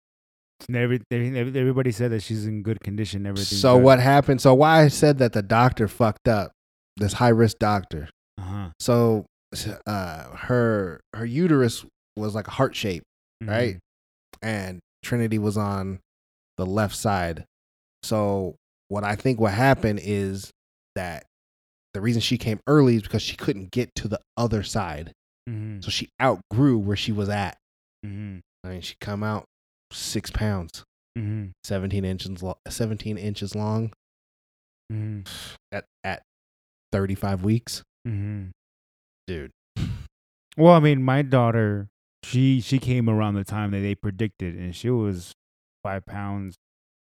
Speaker 1: And Every, every, every- everybody said that she's in good condition. Everything.
Speaker 2: so what happened so why i said that the doctor fucked up this high risk doctor
Speaker 1: Uh huh.
Speaker 2: so uh her her uterus was like a heart shape right and trinity was on the left side so what i think what happened is that the reason she came early is because she couldn't get to the other side
Speaker 1: Mm-hmm.
Speaker 2: So she outgrew where she was at.
Speaker 1: hmm
Speaker 2: I mean, she come out six pounds,
Speaker 1: hmm
Speaker 2: seventeen inches, lo- seventeen inches long
Speaker 1: hmm
Speaker 2: at at thirty five weeks,
Speaker 1: hmm
Speaker 2: dude.
Speaker 1: Well, I mean, my daughter, she she came around the time that they predicted, and she was five pounds,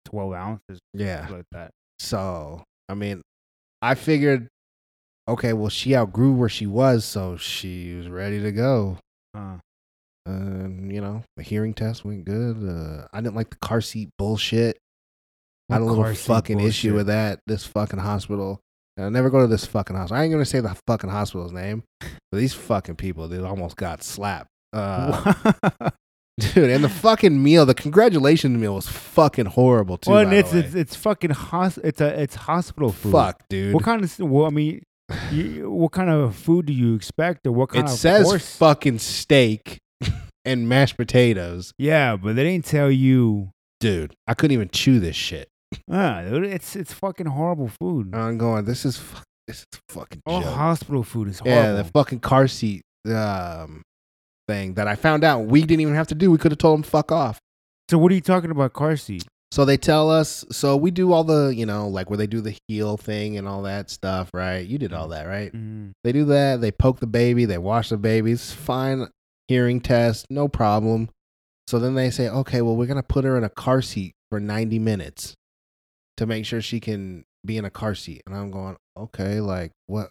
Speaker 1: twelve ounces,
Speaker 2: Yeah.
Speaker 1: something like that.
Speaker 2: So I mean, I figured, okay, well, she outgrew where she was, so she was ready to go.
Speaker 1: Uh,
Speaker 2: Um, you know, the hearing test went good. Uh, I didn't like the car seat bullshit. I had a
Speaker 1: What
Speaker 2: little
Speaker 1: car seat
Speaker 2: fucking issue
Speaker 1: bullshit?
Speaker 2: with that. This fucking hospital. And I never go to this fucking hospital. I ain't gonna say the fucking hospital's name, but these fucking people, they almost got slapped. Uh, dude, and the fucking meal, the congratulations meal was fucking horrible too.
Speaker 1: well,
Speaker 2: by
Speaker 1: and
Speaker 2: the
Speaker 1: it's,
Speaker 2: way.
Speaker 1: it's it's fucking hos- It's a it's hospital food.
Speaker 2: fuck, dude.
Speaker 1: What kind of? s- Well, I mean, you, what kind of food do you expect, or what kind
Speaker 2: it
Speaker 1: of?
Speaker 2: says
Speaker 1: horse-
Speaker 2: fucking steak and mashed potatoes,
Speaker 1: Yeah, but they didn't tell you.
Speaker 2: dude. I couldn't even chew this shit.
Speaker 1: Uh, it's it's fucking horrible food.
Speaker 2: I'm going. This is fu- this is a fucking.
Speaker 1: All
Speaker 2: joke.
Speaker 1: hospital food is horrible.
Speaker 2: Yeah, the fucking car seat um, thing that I found out we didn't even have to do. We could have told them fuck off.
Speaker 1: so what are you talking about car seat?
Speaker 2: So they tell us. So we do all the, you know, like where they do the heel thing and all that stuff, right? You did all that, right?
Speaker 1: Mm,
Speaker 2: They do that. They poke the baby. They wash the baby. It's fine. Hearing test, no problem. So then they say, okay, well, we're gonna put her in a car seat for ninety minutes to make sure she can be in a car seat. And I'm going, okay, like what,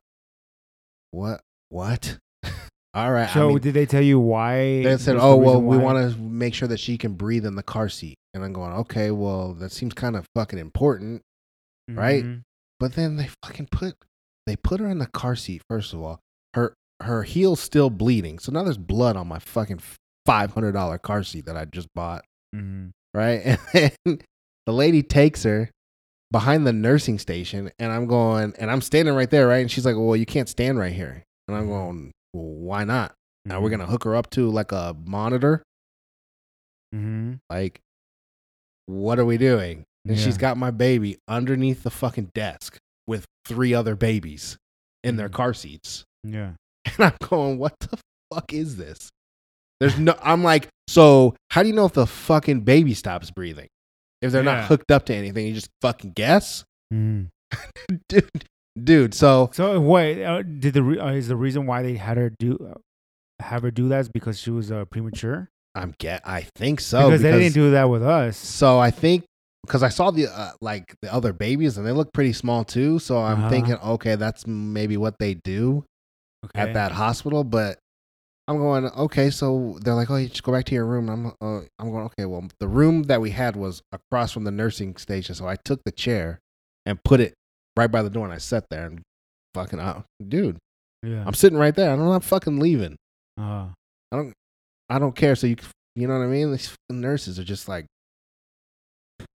Speaker 2: what, what? all right. I
Speaker 1: So
Speaker 2: mean,
Speaker 1: did they tell you why?
Speaker 2: they said,
Speaker 1: there's
Speaker 2: "Oh
Speaker 1: no
Speaker 2: well,
Speaker 1: reason
Speaker 2: we
Speaker 1: why?"
Speaker 2: want to make sure that she can breathe in the car seat." And I'm going, okay, well, that seems kind of fucking important. Right?
Speaker 1: Mhm.
Speaker 2: But then they fucking put they put her in the car seat. First of all, her her heel's still bleeding, so now there's blood on my fucking five hundred dollar car seat that I just bought.
Speaker 1: Mhm.
Speaker 2: Right, and then the lady takes her behind the nursing station, and I'm going, and I'm standing right there, right, and she's like, "Well, you can't stand right here," and I'm going, well, "Why not?" Now we're gonna hook her up to like a monitor.
Speaker 1: Mhm.
Speaker 2: Like, what are we doing? And
Speaker 1: Yeah.
Speaker 2: she's got my baby underneath the fucking desk with three other babies in their
Speaker 1: Mhm.
Speaker 2: car seats.
Speaker 1: Yeah.
Speaker 2: And I'm going, what the fuck is this? There's no, I'm like, so how do you know if the fucking baby stops breathing? If they're
Speaker 1: Yeah.
Speaker 2: not hooked up to anything, you just fucking guess?
Speaker 1: Mhm.
Speaker 2: Dude, dude. So
Speaker 1: So wait, uh, did the re- uh, is the reason why they had her do uh, have her do that is because she was uh, premature?
Speaker 2: I'm get, I think so.
Speaker 1: because, they didn't do that with us.
Speaker 2: So I think because I saw the uh, like the other babies and they look pretty small too. So I'm
Speaker 1: Uh-huh.
Speaker 2: thinking, okay, that's maybe what they do at that hospital. But I'm going, okay. So they're like, oh, you just go back to your room. And I'm, uh, I'm going, okay. Well, the room that we had was across from the nursing station, so I took the chair and put it right by the door, and I sat there and fucking, uh, dude,
Speaker 1: Yeah.
Speaker 2: I'm sitting right there. I'm not fucking leaving.
Speaker 1: Uh,
Speaker 2: I don't care. So you, you know what I mean? These fucking nurses are just like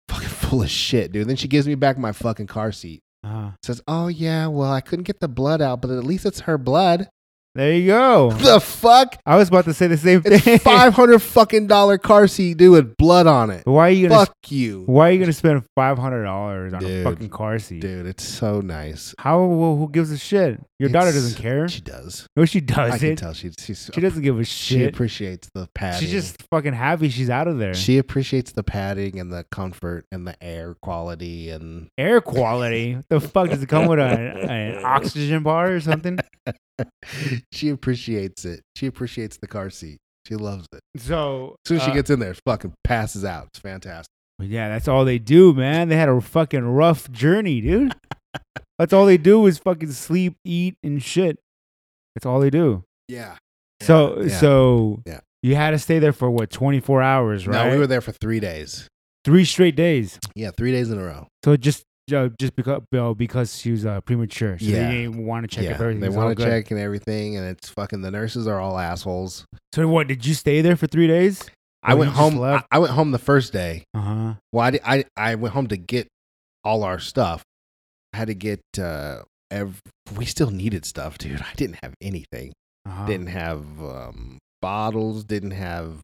Speaker 2: fucking full of shit, dude. Then she gives me back my fucking car seat.
Speaker 1: uh.
Speaker 2: Says, "Oh yeah, well I couldn't get the blood out, but at least it's her blood."
Speaker 1: There you go.
Speaker 2: The fuck?
Speaker 1: I was about to say the same thing.
Speaker 2: It's five hundred fucking dollar car seat, dude, with blood on it.
Speaker 1: Why are you gonna?
Speaker 2: Fuck you,
Speaker 1: Why are you gonna spend five hundred dollars on a
Speaker 2: Dude.
Speaker 1: fucking car seat?
Speaker 2: dude. It's so nice.
Speaker 1: How? Well, who gives a shit? Your daughter
Speaker 2: It's-
Speaker 1: doesn't care.
Speaker 2: She does.
Speaker 1: no, she
Speaker 2: I can
Speaker 1: doesn't.
Speaker 2: tell she she's,
Speaker 1: She doesn't give a
Speaker 2: she
Speaker 1: shit.
Speaker 2: appreciates the padding.
Speaker 1: She's just fucking happy she's out of there.
Speaker 2: she appreciates the padding and the comfort and the air quality and
Speaker 1: Air quality. the fuck does it come with a, an oxygen bar or something?
Speaker 2: she appreciates it. She appreciates the car seat. She loves it.
Speaker 1: So
Speaker 2: As soon as she
Speaker 1: uh,
Speaker 2: gets in there, fucking passes out. It's fantastic.
Speaker 1: Well, yeah, that's all they do, man. They had a fucking rough journey, dude. that's all they do is fucking sleep, eat, and shit. That's all they do.
Speaker 2: Yeah.
Speaker 1: so,
Speaker 2: yeah,
Speaker 1: so
Speaker 2: yeah.
Speaker 1: you had to stay there for what, 24 hours, right?
Speaker 2: No, we were there for three days.
Speaker 1: Three straight days.
Speaker 2: Yeah, three days in a row.
Speaker 1: So just uh, just because uh, because she was uh, premature, so
Speaker 2: Yeah.
Speaker 1: they didn't want to check
Speaker 2: yeah,
Speaker 1: if everything.
Speaker 2: they
Speaker 1: was all
Speaker 2: want to
Speaker 1: good.
Speaker 2: check and everything, and it's fucking the nurses are all assholes.
Speaker 1: So what? Did you stay there for three days?
Speaker 2: I
Speaker 1: Oh,
Speaker 2: went
Speaker 1: you just
Speaker 2: home. I,
Speaker 1: left?
Speaker 2: I went home the first day.
Speaker 1: Uh huh.
Speaker 2: Well, I, di- I I went home to get all our stuff. I had to get. uh ev- We still needed stuff, dude. I didn't have anything.
Speaker 1: Uh-huh.
Speaker 2: didn't have um, bottles, didn't have.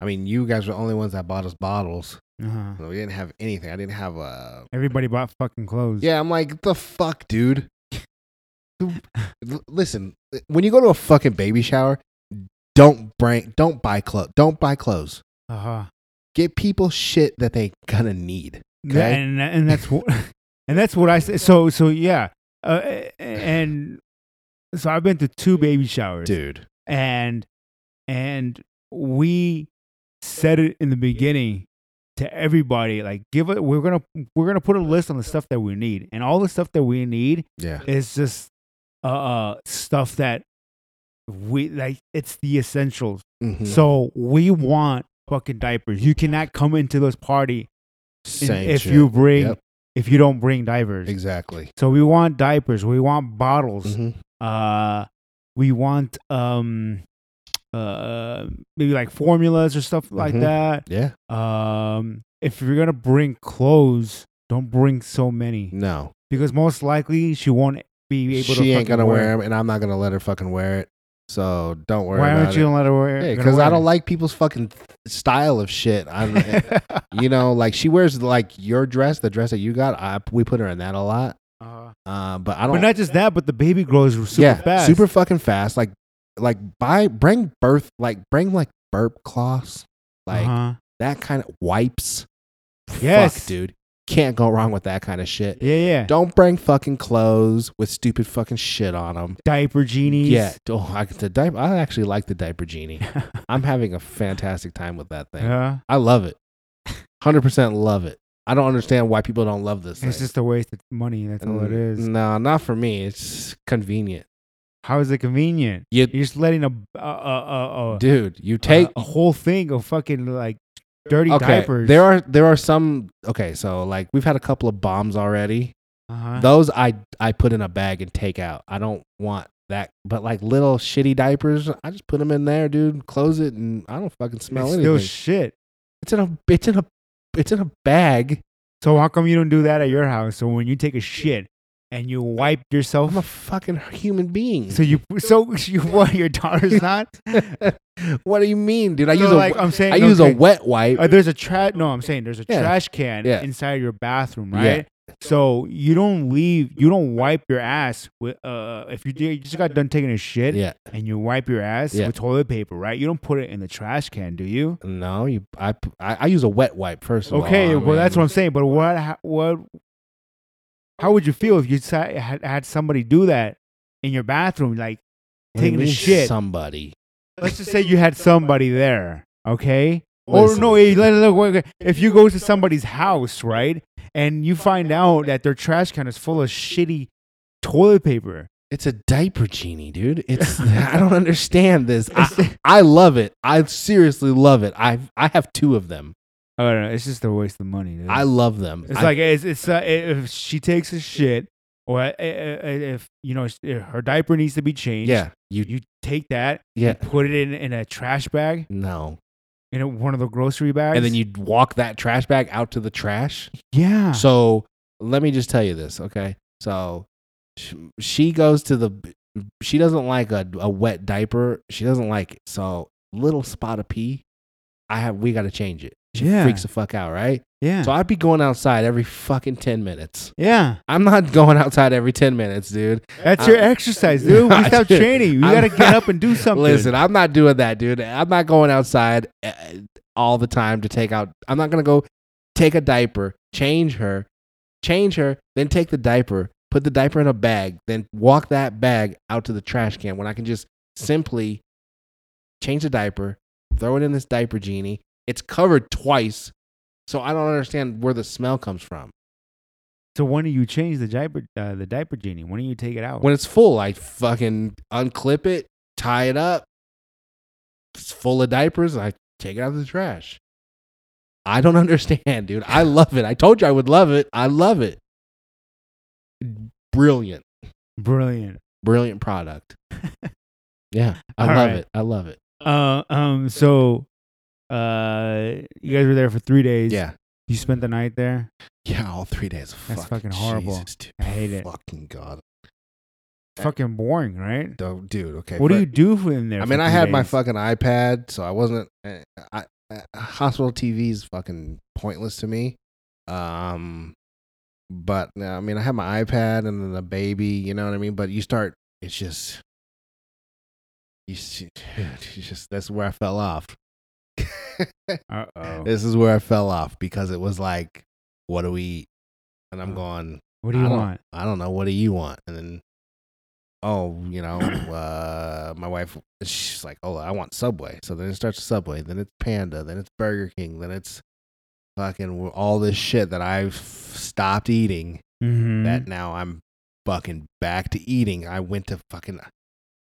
Speaker 2: I mean, you guys were the only ones that bought us bottles.
Speaker 1: Uh-huh.
Speaker 2: So we didn't have anything. I didn't have a.
Speaker 1: Everybody bought fucking clothes.
Speaker 2: Yeah, I'm like the fuck, dude. L- Listen, when you go to a fucking baby shower, don't bring, don't buy clothes, don't buy clothes.
Speaker 1: Uh huh.
Speaker 2: Get people shit that they gonna need.
Speaker 1: Yeah,
Speaker 2: Okay?
Speaker 1: and and that's what and that's what I said. So so yeah, uh, a- and so I've been to two baby showers,
Speaker 2: dude.
Speaker 1: and and we said it in the beginning to everybody like give it we're gonna we're gonna put a list on the stuff that we need and all the stuff that we need
Speaker 2: Yeah,
Speaker 1: is just uh, uh stuff that we like it's the essentials
Speaker 2: Mhm.
Speaker 1: so we want fucking diapers you cannot come into this party in-
Speaker 2: Same
Speaker 1: if
Speaker 2: shit.
Speaker 1: you bring
Speaker 2: Yep.
Speaker 1: if you don't bring diapers.
Speaker 2: exactly.
Speaker 1: So we want diapers, we want bottles,
Speaker 2: Mhm.
Speaker 1: uh we want um uh maybe like formulas or stuff like
Speaker 2: Mhm.
Speaker 1: that.
Speaker 2: Yeah,
Speaker 1: Um if you're going to bring clothes, don't bring so many
Speaker 2: no,
Speaker 1: because most likely she won't be able to
Speaker 2: Mm. she ain't
Speaker 1: fucking
Speaker 2: gonna wear
Speaker 1: it.
Speaker 2: them, and I'm not gonna let her fucking wear it. So don't worry.
Speaker 1: Why
Speaker 2: about
Speaker 1: aren't
Speaker 2: it.
Speaker 1: you gonna let her wear
Speaker 2: Hey,
Speaker 1: gonna
Speaker 2: because I
Speaker 1: wear
Speaker 2: don't
Speaker 1: it?
Speaker 2: like people's fucking style of shit. I, you know, like she wears like your dress, the dress that you got. I we put her in that a lot.
Speaker 1: Uh,
Speaker 2: Uh, but I don't.
Speaker 1: but not just that, but the baby grows super
Speaker 2: yeah,
Speaker 1: fast.
Speaker 2: super fucking fast. Like, like buy bring birth like bring like burp cloths, like
Speaker 1: Uh-huh.
Speaker 2: that kind of wipes.
Speaker 1: Yes.
Speaker 2: Fuck, dude, can't go wrong with that kind of shit.
Speaker 1: Yeah, yeah.
Speaker 2: Don't bring fucking clothes with stupid fucking shit on them.
Speaker 1: Diaper genies.
Speaker 2: Yeah, oh, I, the diaper. I actually like the diaper genie. I'm having a fantastic time with that thing.
Speaker 1: Yeah.
Speaker 2: I love it. 100% love it. I don't understand why people don't love this.
Speaker 1: It's
Speaker 2: thing.
Speaker 1: just a waste of money. That's all it is.
Speaker 2: No, not for me. It's convenient.
Speaker 1: How is it convenient?
Speaker 2: You,
Speaker 1: You're just letting a a a, a, a,
Speaker 2: dude, you take
Speaker 1: a whole thing of fucking like dirty
Speaker 2: okay,
Speaker 1: diapers.
Speaker 2: there are there are some. Okay, so like we've had a couple of bombs already.
Speaker 1: uh-huh.
Speaker 2: Those I I put in a bag and take out. I don't want that. But like little shitty diapers, I just put them in there, dude. Close it, and I don't fucking smell
Speaker 1: it's still
Speaker 2: anything.
Speaker 1: shit.
Speaker 2: it's in a it's in a it's in a bag.
Speaker 1: So how come you don't do that at your house? So when you take a shit and you wipe yourself,
Speaker 2: I'm a fucking human being.
Speaker 1: Oh. so you so you what? Your daughter's not.
Speaker 2: what do you mean, dude? I
Speaker 1: So,
Speaker 2: use a
Speaker 1: like I'm saying
Speaker 2: I use
Speaker 1: okay,
Speaker 2: a wet wipe.
Speaker 1: uh, there's a trash. No, I'm saying there's a
Speaker 2: Yeah.
Speaker 1: trash can
Speaker 2: Yeah.
Speaker 1: inside your bathroom,
Speaker 2: Yeah.
Speaker 1: right? So you don't leave. You don't wipe your ass with. Uh, if you, did- you just got done taking a shit
Speaker 2: yeah.
Speaker 1: and you wipe your ass
Speaker 2: Yeah.
Speaker 1: with toilet paper, right? You don't put it in the trash can, do you?
Speaker 2: No, you. I, p- I I use a wet wipe first. Of
Speaker 1: Okay,
Speaker 2: all, I
Speaker 1: well that's what
Speaker 2: mean,
Speaker 1: I'm saying. But what ho- what how would you feel if you sa- had, had somebody do that in your bathroom? Like,
Speaker 2: what do you
Speaker 1: taking a
Speaker 2: mean
Speaker 1: shit.
Speaker 2: Somebody.
Speaker 1: let's just say you had somebody there, okay? Or
Speaker 2: Listen.
Speaker 1: no, wait, let- let- wait, wait. if you go to somebody's house, right, and you find out that their trash can is full of shitty toilet paper,
Speaker 2: It's a diaper genie, dude. It's I don't understand this. I, I love it. I seriously love it. I I have two of them.
Speaker 1: I don't know, it's just a waste of money. dude.
Speaker 2: I love them.
Speaker 1: It's
Speaker 2: I-
Speaker 1: like it's, it's uh, if she takes a shit, or uh, uh, if you know her diaper needs to be changed,
Speaker 2: yeah, you
Speaker 1: you take that
Speaker 2: yeah
Speaker 1: put it in, in a trash bag
Speaker 2: no,
Speaker 1: in a, one of the grocery bags
Speaker 2: and then you walk that trash bag out to the trash.
Speaker 1: yeah
Speaker 2: So let me just tell you this, okay? So sh- she goes to the. She doesn't like a, a wet diaper. She doesn't like it. So little spot of pee, I have. We got to change it. She
Speaker 1: Yeah.
Speaker 2: freaks the fuck out, right?
Speaker 1: yeah
Speaker 2: So I'd be going outside every fucking ten minutes.
Speaker 1: yeah
Speaker 2: I'm not going outside every ten minutes, dude.
Speaker 1: that's
Speaker 2: I-
Speaker 1: your exercise dude we
Speaker 2: I
Speaker 1: stop
Speaker 2: did.
Speaker 1: training you
Speaker 2: I'm-
Speaker 1: gotta get up and do something
Speaker 2: Listen, I'm not doing that, dude. I'm not going outside uh, all the time to take out. I'm not gonna go take a diaper, change her, change her, then take the diaper, put the diaper in a bag, then walk that bag out to the trash can when I can just simply change the diaper, throw it in this diaper genie. It's covered twice, so I don't understand where the smell comes from.
Speaker 1: so when do you change the diaper uh, the diaper genie when do you take it out
Speaker 2: When it's full, I fucking unclip it, tie it up. It's full of diapers. I take it out of the trash. I don't understand, dude. I love it. I told you I would love it. I love it. Brilliant,
Speaker 1: brilliant
Speaker 2: brilliant product. yeah, I
Speaker 1: All
Speaker 2: love
Speaker 1: right.
Speaker 2: it. I love it.
Speaker 1: uh, um so uh you guys were there for three days
Speaker 2: Yeah,
Speaker 1: you spent the night there
Speaker 2: yeah. All three days. Of
Speaker 1: That's fucking horrible.
Speaker 2: Jesus, dude.
Speaker 1: I hate it.
Speaker 2: Fucking god,
Speaker 1: fucking boring right
Speaker 2: Don't- dude. Okay,
Speaker 1: what do
Speaker 2: fir-
Speaker 1: you do for in there
Speaker 2: I
Speaker 1: for
Speaker 2: mean, I
Speaker 1: three
Speaker 2: had my
Speaker 1: days?
Speaker 2: fucking iPad, so I wasn't. eh, I, I, hospital TV is fucking pointless to me. Um, but no, I mean, I had my iPad and then the baby. You know what I mean? But you start. It's just. You s- it's just that's where I fell off.
Speaker 1: uh-oh
Speaker 2: This is where I fell off because it was like, what do we eat? And I'm
Speaker 1: Uh.
Speaker 2: going.
Speaker 1: what do you
Speaker 2: I don't-
Speaker 1: want
Speaker 2: I don't know. What do you want? And then, oh, you know, uh, my wife, she's like, oh, I want Subway. So then it starts with Subway. Then it's Panda. Then it's Burger King. Then it's fucking all this shit that I've stopped eating.
Speaker 1: Mhm.
Speaker 2: That now I'm fucking back to eating. I went to fucking,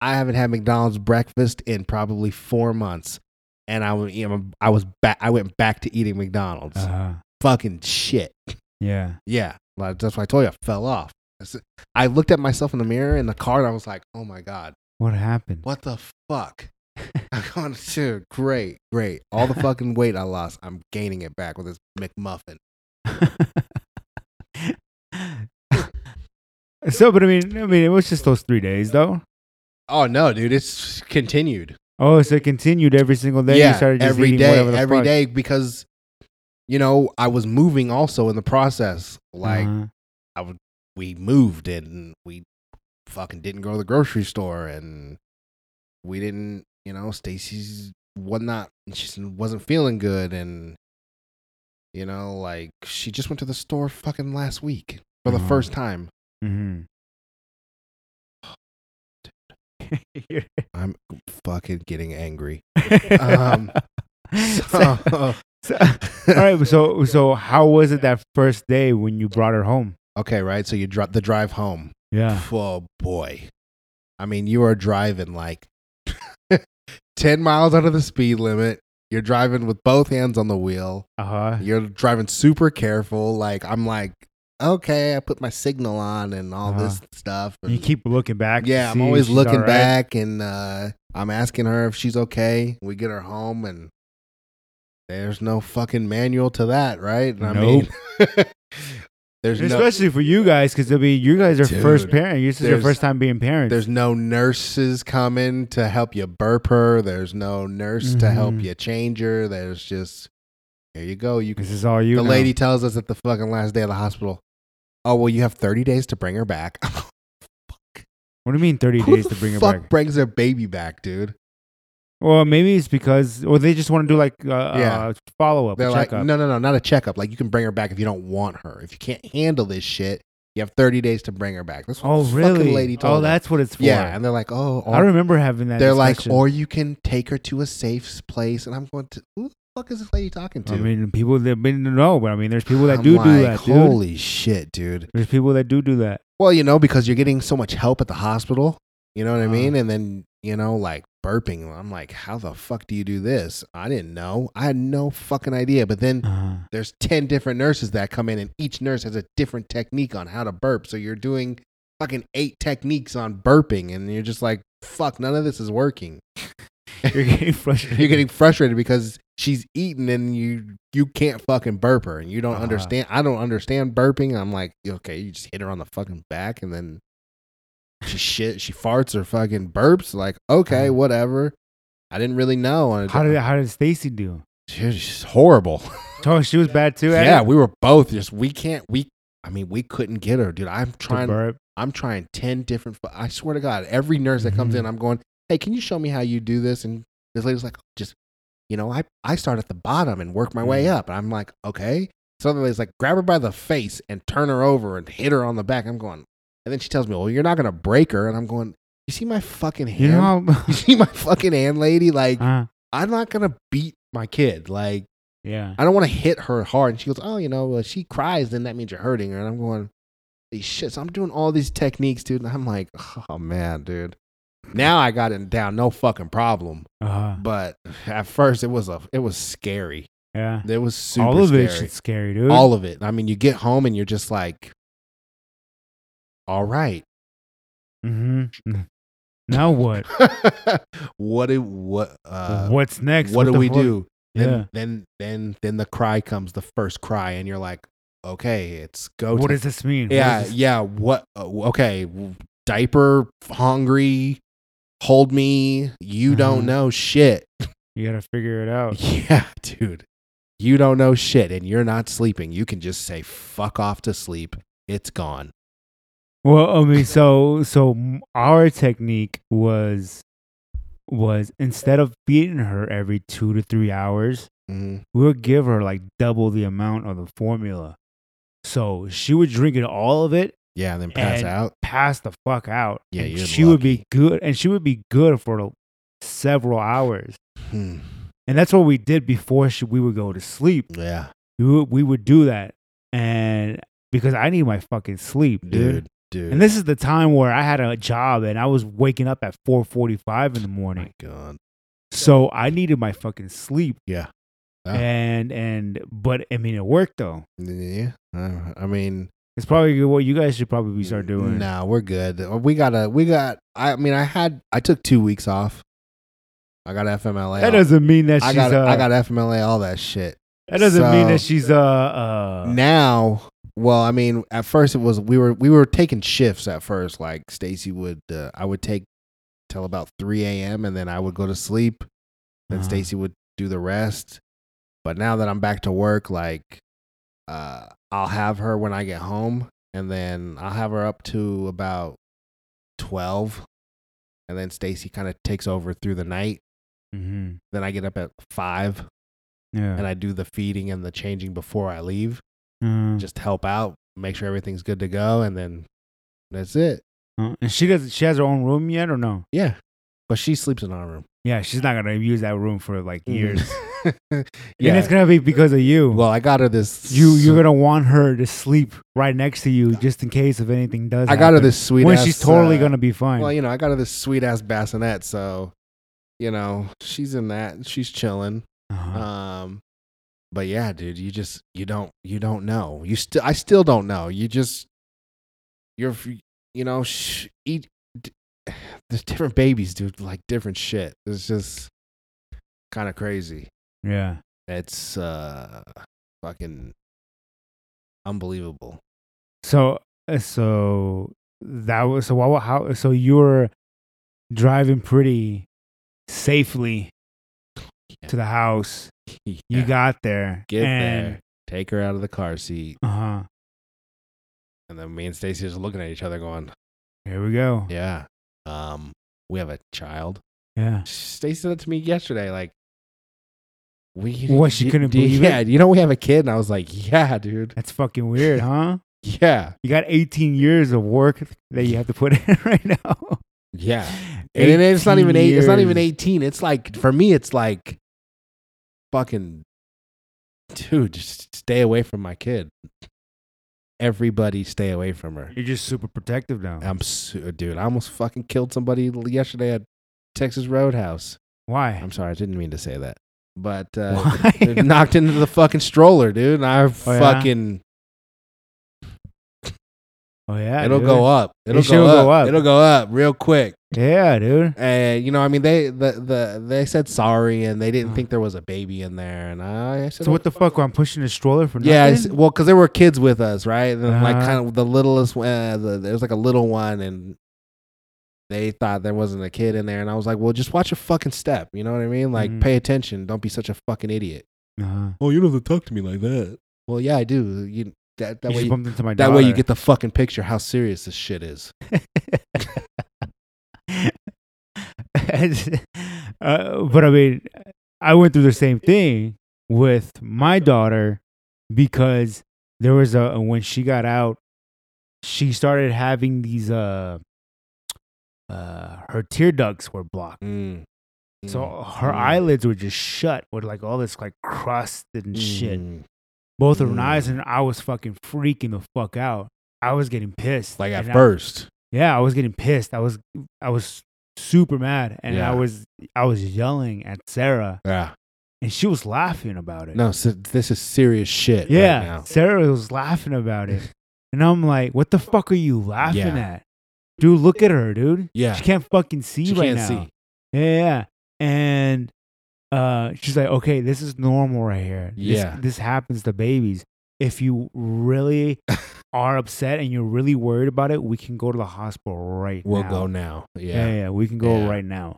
Speaker 2: I haven't had McDonald's breakfast in probably four months. And I, wa- you know, I was back. I went back to eating McDonald's.
Speaker 1: uh-huh.
Speaker 2: Fucking shit.
Speaker 1: yeah
Speaker 2: Yeah, like, that's what I told you. I fell off. That's- I looked at myself in the mirror in the car and I was like, oh my God,
Speaker 1: what happened
Speaker 2: what the fuck? I'm going to, great, great. All the fucking weight I lost, I'm gaining it back with this McMuffin.
Speaker 1: so, but I mean, I mean, it was just those three days, though.
Speaker 2: Oh no, dude, it's continued.
Speaker 1: Oh, so it continued every single day.
Speaker 2: yeah,
Speaker 1: you started just
Speaker 2: every
Speaker 1: eating
Speaker 2: day,
Speaker 1: whatever the
Speaker 2: every
Speaker 1: fuck.
Speaker 2: day because, you know, I was moving also in the process. Like,
Speaker 1: Uh-huh.
Speaker 2: we moved and we fucking didn't go to the grocery store and we didn't, you know, Stacy's was not she wasn't feeling good and you know, like she just went to the store fucking last week for the
Speaker 1: Uh-huh.
Speaker 2: first time.
Speaker 1: Mhm. You're-
Speaker 2: I'm fucking getting angry. Um,
Speaker 1: So- so- all right, so so how was it that first day when you brought her home?
Speaker 2: okay, right. So you drop the drive home.
Speaker 1: Yeah,
Speaker 2: Oh boy. I mean, you are driving like 10 miles out of the speed limit. You're driving with both hands on the wheel.
Speaker 1: Uh huh.
Speaker 2: You're driving super careful. Like I'm like, okay, I put my signal on and all this stuff.
Speaker 1: Uh-huh. You
Speaker 2: and-
Speaker 1: keep looking back. to
Speaker 2: yeah, I'm
Speaker 1: see if
Speaker 2: always
Speaker 1: she's
Speaker 2: looking
Speaker 1: alright.
Speaker 2: back and uh, I'm asking her if she's okay. We get her home and there's no fucking manual to that, right? And I mean, there's no
Speaker 1: Especially for you guys, because it'll be you guys are first
Speaker 2: Dude,
Speaker 1: parent. This is your
Speaker 2: there's-
Speaker 1: first time being parents.
Speaker 2: there's no nurses coming to help you burp her. There's no nurse to help
Speaker 1: Mhm.
Speaker 2: you change her. There's just here you go. You can.
Speaker 1: this is all you.
Speaker 2: the
Speaker 1: now.
Speaker 2: lady tells us at the fucking last day of the hospital. Oh well, you have 30 days to bring her back.
Speaker 1: What do you mean thirty
Speaker 2: Who
Speaker 1: days
Speaker 2: the
Speaker 1: to bring her
Speaker 2: fuck
Speaker 1: back?
Speaker 2: brings their baby back, dude?
Speaker 1: Well, maybe it's because, or they just want to do like uh, uh, follow up,
Speaker 2: They're like,
Speaker 1: checkup.
Speaker 2: no, no, no, not a checkup. Like you can bring her back if you don't want her. If you can't handle this shit, you have 30 days to bring her back. That's what
Speaker 1: oh,
Speaker 2: this
Speaker 1: really?
Speaker 2: fucking lady told
Speaker 1: oh,
Speaker 2: me.
Speaker 1: that's what it's for.
Speaker 2: yeah. And they're like, oh,
Speaker 1: I
Speaker 2: or,
Speaker 1: remember having that.
Speaker 2: they're like,
Speaker 1: discussion.
Speaker 2: or you can take her to a safe place. And I'm going to who the fuck is this lady talking to?
Speaker 1: I mean, people that been no, but I mean, there's people that
Speaker 2: I'm
Speaker 1: do
Speaker 2: like,
Speaker 1: do that, dude.
Speaker 2: Holy shit, dude.
Speaker 1: There's people that do do that.
Speaker 2: Well, you know, because you're getting so much help at the hospital. You know what I
Speaker 1: Uh-huh.
Speaker 2: mean? And then you know, like burping. I'm like, how the fuck do you do this? I didn't know. I had no fucking idea. But then
Speaker 1: Uh,
Speaker 2: there's 10 different nurses that come in and each nurse has a different technique on how to burp so you're doing fucking eight techniques on burping and you're just like fuck none of this is working
Speaker 1: you're getting frustrated.
Speaker 2: you're getting frustrated because she's eating and you you can't fucking burp her and you don't
Speaker 1: Uh-huh.
Speaker 2: understand i don't understand burping i'm like okay you just hit her on the fucking back and then she shit she farts or fucking burps like okay
Speaker 1: Uh-huh.
Speaker 2: whatever i didn't really know and
Speaker 1: How did how did Stacy do?
Speaker 2: she's horrible
Speaker 1: Oh, she was bad too. at
Speaker 2: yeah,
Speaker 1: it?
Speaker 2: we were both just we can't we I mean we couldn't get her, dude. I'm
Speaker 1: To
Speaker 2: trying
Speaker 1: burp.
Speaker 2: I'm trying 10 different fu- I swear to god, every nurse that comes
Speaker 1: Mm-hmm.
Speaker 2: in I'm going, "Hey, can you show me how you do this?" and this lady's like, "Just you know, I I start at the bottom and work my way
Speaker 1: Mhm.
Speaker 2: up." And I'm like, "Okay." So the lady's like, "Grab her by the face and turn her over and hit her on the back." I'm going. And then she tells me, "Well, you're not going to break her." And I'm going, "You see my fucking hand?
Speaker 1: You know
Speaker 2: you see my fucking hand, lady? Like,
Speaker 1: how? uh,
Speaker 2: I'm not going to beat my kid. Like,
Speaker 1: yeah.
Speaker 2: I don't want to hit her hard. And she goes, Oh, you know, well, she cries, then that means you're hurting her. And I'm going, Holy shit. So I'm doing all these techniques, dude. And I'm like, Oh, man, dude. Now I got it down, no fucking problem.
Speaker 1: Uh,
Speaker 2: But at first, it was a, it was scary.
Speaker 1: yeah.
Speaker 2: It was super
Speaker 1: All of
Speaker 2: scary.
Speaker 1: it shit's scary, dude.
Speaker 2: all of it. I mean, you get home and you're just like, All right,
Speaker 1: Mm-hmm. Now what?
Speaker 2: what do what uh, what,
Speaker 1: What's next?
Speaker 2: do
Speaker 1: the
Speaker 2: we
Speaker 1: fuck?
Speaker 2: do? Then,
Speaker 1: Yeah.
Speaker 2: then then then the cry comes, the first cry, and you're like, okay, it's go.
Speaker 1: What
Speaker 2: time."
Speaker 1: does this mean? What
Speaker 2: Yeah,
Speaker 1: is this-
Speaker 2: yeah. What? uh, okay, w- diaper hungry. Hold me. You
Speaker 1: Mhm.
Speaker 2: don't know shit.
Speaker 1: You gotta figure it out.
Speaker 2: Yeah, dude. You don't know shit, and you're not sleeping. You can just say fuck off to sleep. It's gone.
Speaker 1: Well, I mean, so so m- our technique was was instead of feeding her every two to three hours,
Speaker 2: Mhm.
Speaker 1: we would give her like double the amount of the formula. So she would drink it all of it,
Speaker 2: Yeah, and then pass
Speaker 1: And-
Speaker 2: out.
Speaker 1: pass the fuck out.
Speaker 2: Yeah,
Speaker 1: and
Speaker 2: you're
Speaker 1: she would be good, and she would be good for several hours.
Speaker 2: Hmm.
Speaker 1: And that's what we did before she, we would go to sleep.
Speaker 2: Yeah,
Speaker 1: We would, we would do that, and because I need my fucking sleep, dude.
Speaker 2: dude, dude.
Speaker 1: And this is the time where I had a job and I was waking up at 4:45 in the
Speaker 2: my
Speaker 1: morning.
Speaker 2: God.
Speaker 1: So I needed my fucking sleep.
Speaker 2: Yeah. Ah.
Speaker 1: And and but I mean it worked though.
Speaker 2: Yeah, I I mean,
Speaker 1: It's probably what you guys should probably start doing.
Speaker 2: No, we're good. Uh, We gotta. We got. I mean, I had. I took two weeks off. I got FMLA.
Speaker 1: That
Speaker 2: all-
Speaker 1: doesn't mean that she's
Speaker 2: I got.
Speaker 1: uh,
Speaker 2: I got FMLA. All that shit.
Speaker 1: that doesn't mean that
Speaker 2: so-
Speaker 1: she's uh uh
Speaker 2: now, well, I mean, at first it was we were we were taking shifts at first. Like Stacy would. Uh, I would take till about three a.m. and then I would go to sleep. Then
Speaker 1: Uh-huh.
Speaker 2: Stacy would do the rest. But now that I'm back to work, like, uh, I'll have her when I get home, and then I'll have her up to about twelve, and then Stacy kind of takes over through the night.
Speaker 1: mhm.
Speaker 2: Then I get up at five,
Speaker 1: Yeah.
Speaker 2: and I do the feeding and the changing before I leave,
Speaker 1: Uh,
Speaker 2: just to help out, make sure everything's good to go, and then that's it.
Speaker 1: uh, and she doesn't she has her own room yet or no?
Speaker 2: Yeah, but she sleeps in our room.
Speaker 1: Yeah, she's not going to use that room for like years. Mm. And it's
Speaker 2: Mm-hmm. yeah.
Speaker 1: going to be because of you.
Speaker 2: Well, I got her this.
Speaker 1: You you're gonna want her to sleep right next to you just in case if anything does.
Speaker 2: I got her
Speaker 1: happen.
Speaker 2: this sweet.
Speaker 1: when
Speaker 2: ass,
Speaker 1: she's totally
Speaker 2: uh,
Speaker 1: gonna be fine.
Speaker 2: Well, you know, I got her this sweet ass bassinet, so you know she's in that. She's chilling.
Speaker 1: Uh-huh.
Speaker 2: Um, but yeah, dude, you just you don't you don't know. You still I still don't know. You just you're f- you know sh- eat. d- There's different babies, dude. Like different shit. It's just kind of crazy.
Speaker 1: yeah.
Speaker 2: It's uh fucking unbelievable.
Speaker 1: So uh, so that was so what how so you were driving pretty safely to the house. You
Speaker 2: Yeah.
Speaker 1: got there.
Speaker 2: get
Speaker 1: and,
Speaker 2: there, take her out of the car seat,
Speaker 1: Uh huh.
Speaker 2: and then me and Stacy just looking at each other, going,
Speaker 1: Here we go.
Speaker 2: "Yeah, um, we have a child."
Speaker 1: Yeah.
Speaker 2: Stacy said it to me yesterday, like, we
Speaker 1: What, she
Speaker 2: you-
Speaker 1: couldn't
Speaker 2: do-
Speaker 1: believe it?
Speaker 2: yeah, you know we have a kid, and I was like, yeah, dude,
Speaker 1: That's fucking weird, huh?
Speaker 2: yeah,
Speaker 1: You got 18 years of work that you have to put in right now.
Speaker 2: yeah, and then it's not
Speaker 1: 18
Speaker 2: even eight, it's not even
Speaker 1: years.
Speaker 2: eighteen. It's like for me, it's like, fucking, dude, just stay away from my kid. Everybody, stay away from her.
Speaker 1: You're just super protective now.
Speaker 2: I'm su- dude. I almost fucking killed somebody l- yesterday at Texas Roadhouse.
Speaker 1: Why?
Speaker 2: I'm sorry, I didn't mean to say that, but uh,
Speaker 1: Why?
Speaker 2: it knocked into the fucking stroller, dude. And I
Speaker 1: yeah?
Speaker 2: fucking
Speaker 1: oh yeah.
Speaker 2: it'll
Speaker 1: dude.
Speaker 2: go up. It'll
Speaker 1: shit'll
Speaker 2: go up.
Speaker 1: go up.
Speaker 2: It'll go up real quick.
Speaker 1: Yeah, dude.
Speaker 2: And you know, I mean, they the, the they said sorry, and they didn't
Speaker 1: Uh.
Speaker 2: think there was a baby in there. And I, I said,
Speaker 1: So what the fuck? I'm pushing a stroller for nothing.
Speaker 2: Yeah, I s- well, because there were kids with us, right? And then, like
Speaker 1: Uh-huh.
Speaker 2: kind of the littlest one, uh, the, there was like a little one, and they thought there wasn't a kid in there, and I was like, well, just watch your fucking step. You know what I mean? Like,
Speaker 1: Mhm.
Speaker 2: pay attention. Don't be such a fucking idiot.
Speaker 1: Uh-huh.
Speaker 2: Oh, you don't have to talk to me like that. Well, yeah, I do. You that, that
Speaker 1: You
Speaker 2: way.
Speaker 1: just
Speaker 2: You,
Speaker 1: bumped into my
Speaker 2: that way you
Speaker 1: daughter.
Speaker 2: get the fucking picture how serious this shit is.
Speaker 1: uh, but I mean, I went through the same thing with my daughter because there was a when she got out, she started having these uh, uh, her tear ducts were blocked,
Speaker 2: Mm.
Speaker 1: so
Speaker 2: Mm.
Speaker 1: her
Speaker 2: Mm.
Speaker 1: eyelids were just shut with like all this like crust and shit,
Speaker 2: Mm.
Speaker 1: both of her
Speaker 2: Mm.
Speaker 1: eyes, and I was fucking freaking the fuck out. I was getting pissed.
Speaker 2: Like at
Speaker 1: and I-
Speaker 2: first,
Speaker 1: yeah i was getting pissed i was i was super mad and i
Speaker 2: Yeah.
Speaker 1: was i was yelling at sarah
Speaker 2: yeah.
Speaker 1: and she was laughing about it
Speaker 2: No, so this is serious shit. right
Speaker 1: yeah
Speaker 2: now.
Speaker 1: sarah was laughing about it and i'm like what the fuck are you laughing
Speaker 2: Yeah.
Speaker 1: at dude look at her dude
Speaker 2: yeah.
Speaker 1: she can't fucking see
Speaker 2: She
Speaker 1: right
Speaker 2: can't
Speaker 1: now
Speaker 2: see.
Speaker 1: Yeah, yeah and uh she's like okay this is normal right here This-
Speaker 2: Yeah.
Speaker 1: this happens to babies if you really are upset and you're really worried about it we can go to the hospital right
Speaker 2: We'll
Speaker 1: now
Speaker 2: go now.
Speaker 1: yeah, yeah, we can go
Speaker 2: Yeah.
Speaker 1: right now.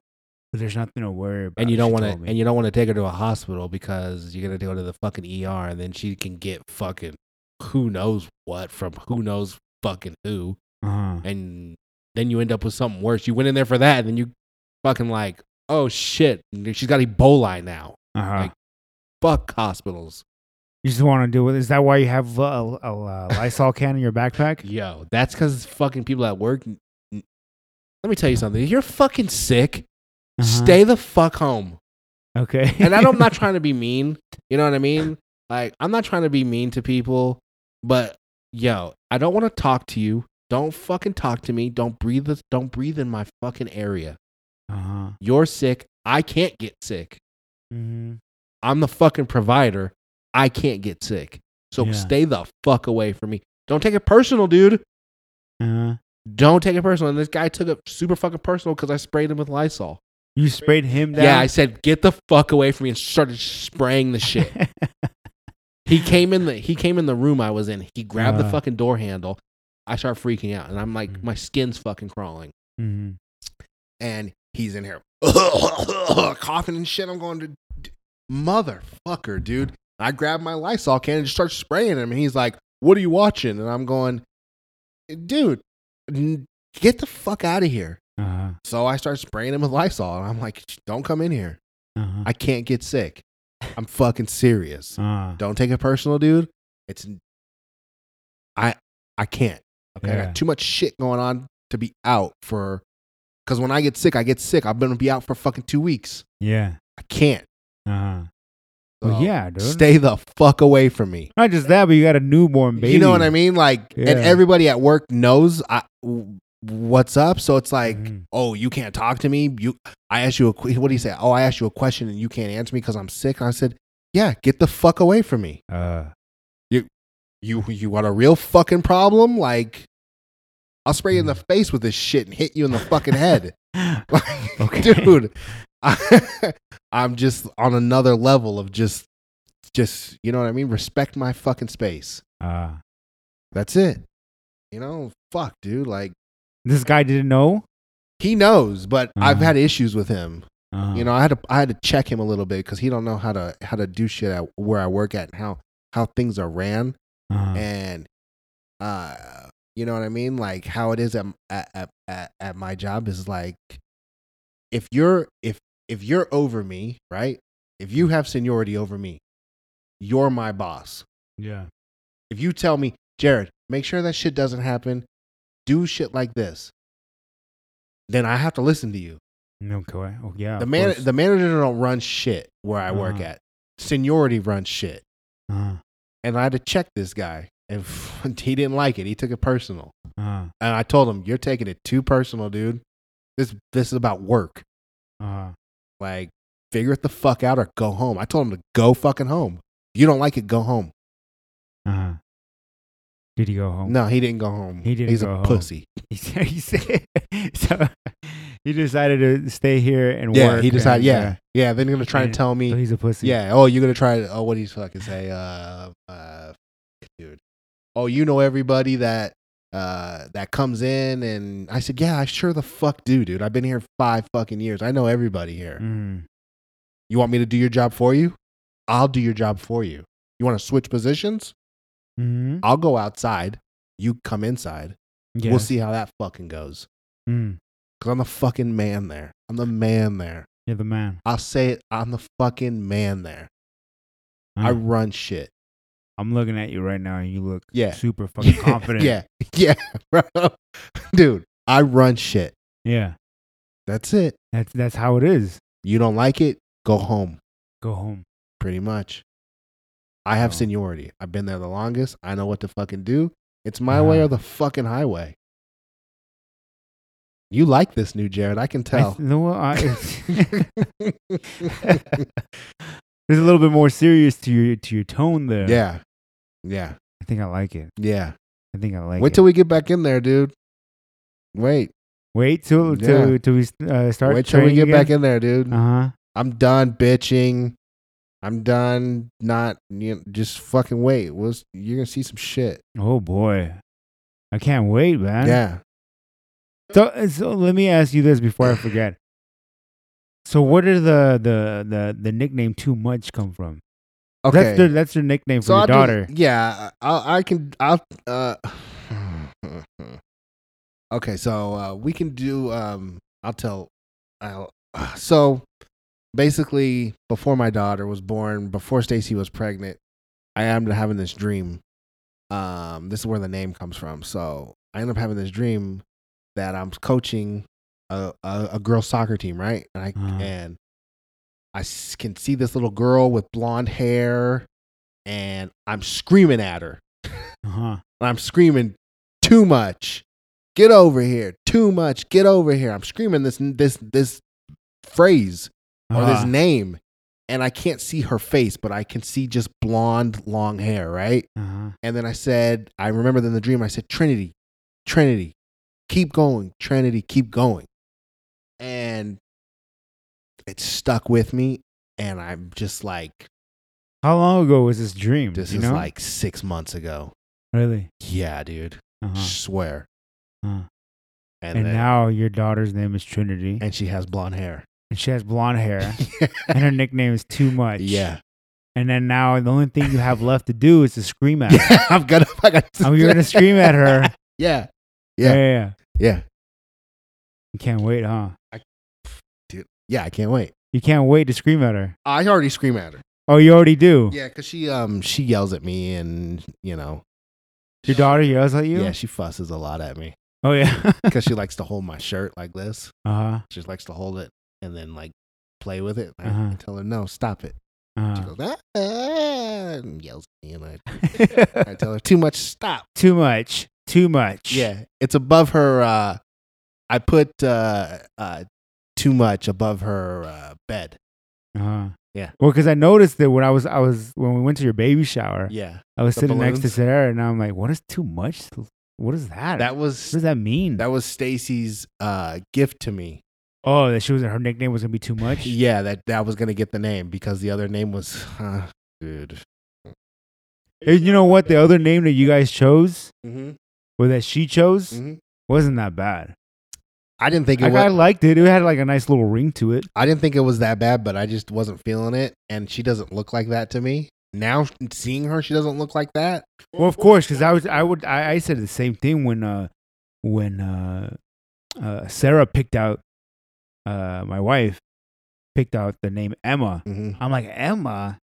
Speaker 1: But there's nothing to worry about.
Speaker 2: and you don't
Speaker 1: she
Speaker 2: want
Speaker 1: told
Speaker 2: to
Speaker 1: me.
Speaker 2: and you don't want to take her to a hospital because you're gonna go to the fucking ER and then she can get fucking who knows what from who knows fucking who
Speaker 1: uh-huh.
Speaker 2: and then you end up with something worse. You went in there for that and then you fucking like oh shit she's got Ebola now.
Speaker 1: Uh-huh.
Speaker 2: like- Fuck hospitals,
Speaker 1: you just want to do it. Is that why you have a, a, a uh, Lysol can in your backpack?
Speaker 2: yo. That's because fucking people at work. n- n- Let me tell you something. If you're fucking sick,
Speaker 1: Uh-huh.
Speaker 2: stay the fuck home.
Speaker 1: Okay.
Speaker 2: and I don't, I'm not trying to be mean. You know what I mean? Like, I'm not trying to be mean to people, but yo, I don't want to talk to you. Don't fucking talk to me. Don't breathe. Don't breathe in my fucking area.
Speaker 1: uh-huh.
Speaker 2: You're sick. I can't get sick. Mm-hmm.
Speaker 1: hmm
Speaker 2: I'm the fucking provider. I can't get sick. So
Speaker 1: Yeah.
Speaker 2: stay the fuck away from me. Don't take it personal, dude.
Speaker 1: Uh-huh.
Speaker 2: Don't take it personal. And this guy took it super fucking personal because I sprayed him with Lysol.
Speaker 1: You sprayed him down.
Speaker 2: Yeah, I said, get the fuck away from me and started spraying the shit. He came in the he came in the room I was in. He grabbed
Speaker 1: Uh.
Speaker 2: the fucking door handle. I start freaking out, and I'm like,
Speaker 1: Mm.
Speaker 2: my skin's fucking crawling.
Speaker 1: Mhm.
Speaker 2: And he's in here coughing and shit. I'm going to d- motherfucker, dude. I grab my Lysol can and just start spraying him. And he's like, "What are you watching?" And I'm going, "Dude, n- get the fuck out of here."
Speaker 1: Uh-huh.
Speaker 2: So I start spraying him with Lysol, and I'm like, "Don't come in here.
Speaker 1: Uh-huh.
Speaker 2: I can't get sick. I'm fucking serious."
Speaker 1: Uh,
Speaker 2: Don't take it personal, dude. It's I I can't. Okay, I
Speaker 1: Yeah.
Speaker 2: got too much shit going on to be out for. Because when I get sick, I get sick. I'm gonna be out for fucking two weeks.
Speaker 1: yeah.
Speaker 2: I can't.
Speaker 1: Uh-huh.
Speaker 2: So,
Speaker 1: Well, yeah, dude.
Speaker 2: Stay the fuck away from me.
Speaker 1: Not just that, but you got a newborn baby.
Speaker 2: You know what I mean? Like,
Speaker 1: Yeah.
Speaker 2: and everybody at work knows. I what's up. So it's like,
Speaker 1: Mhm.
Speaker 2: oh, you can't talk to me. You, I asked you a que- what do you say? Oh, I asked you a question and you can't answer me because I'm sick. I said, yeah, get the fuck away from me.
Speaker 1: Uh,
Speaker 2: You you want a real fucking problem? Like, I'll spray you in the
Speaker 1: Mm.
Speaker 2: face with this shit and hit you in the fucking head. Like,
Speaker 1: Okay.
Speaker 2: dude, I, I'm just on another level of just, just you know what I mean. Respect my fucking space.
Speaker 1: uh,
Speaker 2: That's it. You know, fuck, dude. Like
Speaker 1: this guy didn't know.
Speaker 2: he knows, but I've
Speaker 1: Uh-huh.
Speaker 2: had issues with him.
Speaker 1: Uh,
Speaker 2: You know, I had to I had to check him a little bit because he don't know how to how to do shit at where I work at and how how things are ran
Speaker 1: uh,
Speaker 2: and uh you know what I mean like how it is at at at- at, at my job is like if you're if if you're over me right if you have seniority over me you're my boss
Speaker 1: yeah.
Speaker 2: if you tell me Jared make sure that shit doesn't happen do shit like this then I have to listen to you
Speaker 1: Okay. Oh, yeah.
Speaker 2: the
Speaker 1: of
Speaker 2: man
Speaker 1: course.
Speaker 2: the manager don't run shit where I work
Speaker 1: Uh-huh.
Speaker 2: at. Seniority runs shit.
Speaker 1: Uh,
Speaker 2: And I had to check this guy. And he didn't like it. He took it personal.
Speaker 1: uh,
Speaker 2: And I told him, You're taking it too personal, dude. This this is about work.
Speaker 1: uh,
Speaker 2: Like, figure it the fuck out or go home. I told him to go fucking home. If you don't like it, go home.
Speaker 1: uh. Did he go home?
Speaker 2: No, he didn't go home.
Speaker 1: Oh. He didn't
Speaker 2: He's
Speaker 1: go
Speaker 2: a
Speaker 1: home.
Speaker 2: pussy.
Speaker 1: He said, he said so he decided to stay here and
Speaker 2: Yeah,
Speaker 1: work.
Speaker 2: he
Speaker 1: and,
Speaker 2: decided, yeah. Yeah, then you're gonna try and
Speaker 1: Yeah.
Speaker 2: tell
Speaker 1: uh, so
Speaker 2: me
Speaker 1: he's a pussy.
Speaker 2: Yeah, oh you're gonna try to oh what do you fucking say? Uh uh dude. Oh, you know everybody that uh that comes in and I said, Yeah, I sure the fuck do, dude. I've been here five fucking years. I know everybody here.
Speaker 1: Mm,
Speaker 2: You want me to do your job for you? I'll do your job for you. You wanna switch positions?
Speaker 1: mhm,
Speaker 2: I'll go outside. You come inside. We'll
Speaker 1: yes,
Speaker 2: see how that fucking goes.
Speaker 1: mm,
Speaker 2: Cause I'm the fucking man there. I'm the man there.
Speaker 1: you're the man.
Speaker 2: I'll say it, I'm the fucking man there. I
Speaker 1: Uh,
Speaker 2: run shit.
Speaker 1: I'm looking at you right now, and you look
Speaker 2: Yeah.
Speaker 1: super fucking confident.
Speaker 2: Yeah, yeah, bro. dude. I run shit.
Speaker 1: yeah.
Speaker 2: That's it.
Speaker 1: That's that's how it is.
Speaker 2: You don't like it? Go home.
Speaker 1: Go home.
Speaker 2: Pretty much. I have
Speaker 1: Wow.
Speaker 2: seniority. I've been there the longest. I know what to fucking do. It's my way
Speaker 1: Wow.
Speaker 2: or the fucking highway. You like this new Jared? I can
Speaker 1: I
Speaker 2: tell.
Speaker 1: th- no, I, there's a little bit more serious to your to your tone there.
Speaker 2: yeah, yeah,
Speaker 1: I think I like it.
Speaker 2: yeah.
Speaker 1: I think I like
Speaker 2: Wait
Speaker 1: it.
Speaker 2: till we get back in there, dude. Wait,
Speaker 1: Wait till till, till we uh, start.
Speaker 2: wait till we get back in there, dude.
Speaker 1: Uh huh.
Speaker 2: I'm done bitching. I'm done not you know, just fucking wait. We'll, you're gonna see some shit.
Speaker 1: Oh boy, I can't wait, man.
Speaker 2: yeah.
Speaker 1: So, uh, so let me ask you this before I forget. So where did the the the, the nickname "too much" come from?
Speaker 2: Okay.
Speaker 1: That's their that's their nickname for
Speaker 2: so
Speaker 1: your
Speaker 2: I'll do-
Speaker 1: daughter.
Speaker 2: yeah, I, I can. I'll. Uh, okay, so uh, we can do. Um, I'll tell. I'll, so basically, before my daughter was born, before Stacy was pregnant, I ended up having this dream. Um, this is where the name comes from. So I ended up having this dream that I'm coaching a, a, a girls soccer team, right? And I
Speaker 1: Uh-huh.
Speaker 2: and I s- can see this little girl with blonde hair, and I'm screaming at her.
Speaker 1: Uh huh.
Speaker 2: And I'm screaming too much. Get over here. Too much. Get over here. I'm screaming this this this phrase or Oh,
Speaker 1: Uh-huh.
Speaker 2: this name. And I can't see her face, but I can see just blonde long hair, right?
Speaker 1: Uh-huh.
Speaker 2: And then I said, I remembered in the dream, I said, Trinity, Trinity, keep going, Trinity, keep going. And it stuck with me. And I'm just like,
Speaker 1: How long ago was this dream?
Speaker 2: this
Speaker 1: Mm, you
Speaker 2: is
Speaker 1: know?
Speaker 2: like six months ago.
Speaker 1: really.
Speaker 2: Yeah, dude.
Speaker 1: Uh-huh.
Speaker 2: Swear.
Speaker 1: Uh-huh.
Speaker 2: And,
Speaker 1: And,
Speaker 2: then,
Speaker 1: now your daughter's name is Trinity, and,
Speaker 2: and she has blonde hair.
Speaker 1: she has blonde hair, and her nickname is Too Much.
Speaker 2: yeah.
Speaker 1: And then now the only thing you have left to do is to scream at her.
Speaker 2: Yeah. I'm gonna I got
Speaker 1: oh, you're gonna scream at her.
Speaker 2: Yeah.
Speaker 1: Yeah.
Speaker 2: Yeah.
Speaker 1: yeah, yeah.
Speaker 2: Yeah.
Speaker 1: You can't wait, huh?
Speaker 2: Yeah, I can't wait.
Speaker 1: You can't wait to scream at her.
Speaker 2: I already scream at her.
Speaker 1: Oh, you already do.
Speaker 2: Yeah, because she um she yells at me and you know
Speaker 1: Your daughter yells at you.
Speaker 2: Yeah, she fusses a lot at me.
Speaker 1: Oh yeah.
Speaker 2: Because she likes to hold my shirt like this.
Speaker 1: uh huh.
Speaker 2: She likes to hold it and then like play with it. I, I
Speaker 1: Uh-huh.
Speaker 2: tell her, no, stop it. She
Speaker 1: Uh-huh.
Speaker 2: goes, ah, ah," and yells at me and I, I tell her, too much, stop.
Speaker 1: too much. Too much.
Speaker 2: Yeah. It's above her uh I put uh, uh, too much above her uh, bed.
Speaker 1: Uh-huh.
Speaker 2: Yeah.
Speaker 1: Well, because I noticed that when I was I was when we went to your baby shower,
Speaker 2: Yeah,
Speaker 1: I was
Speaker 2: the
Speaker 1: sitting next to
Speaker 2: balloons?
Speaker 1: Sarah, and I'm like, "What is too much? What is that?
Speaker 2: that
Speaker 1: what
Speaker 2: was
Speaker 1: does that mean?"
Speaker 2: that was Stacy's uh, gift to me.
Speaker 1: oh, that she was her nickname was gonna be too much.
Speaker 2: Yeah, that that was gonna get the name because the other name was uh, dude.
Speaker 1: And you know what? The other name that you guys chose,
Speaker 2: Mm-hmm.
Speaker 1: or that she chose,
Speaker 2: hmm
Speaker 1: wasn't that bad.
Speaker 2: I didn't think it
Speaker 1: Like, Mm-hmm. I
Speaker 2: was.
Speaker 1: liked it. It had like a nice little ring to it.
Speaker 2: I didn't think it was that bad, but I just wasn't feeling it. And she doesn't look like that to me now. Seeing her, she doesn't look like that.
Speaker 1: Well, of course, because I was, I would, I, I said the same thing when, uh, when uh, uh, Sarah picked out, uh, my wife picked out the name Emma.
Speaker 2: Mm-hmm.
Speaker 1: I'm like Emma.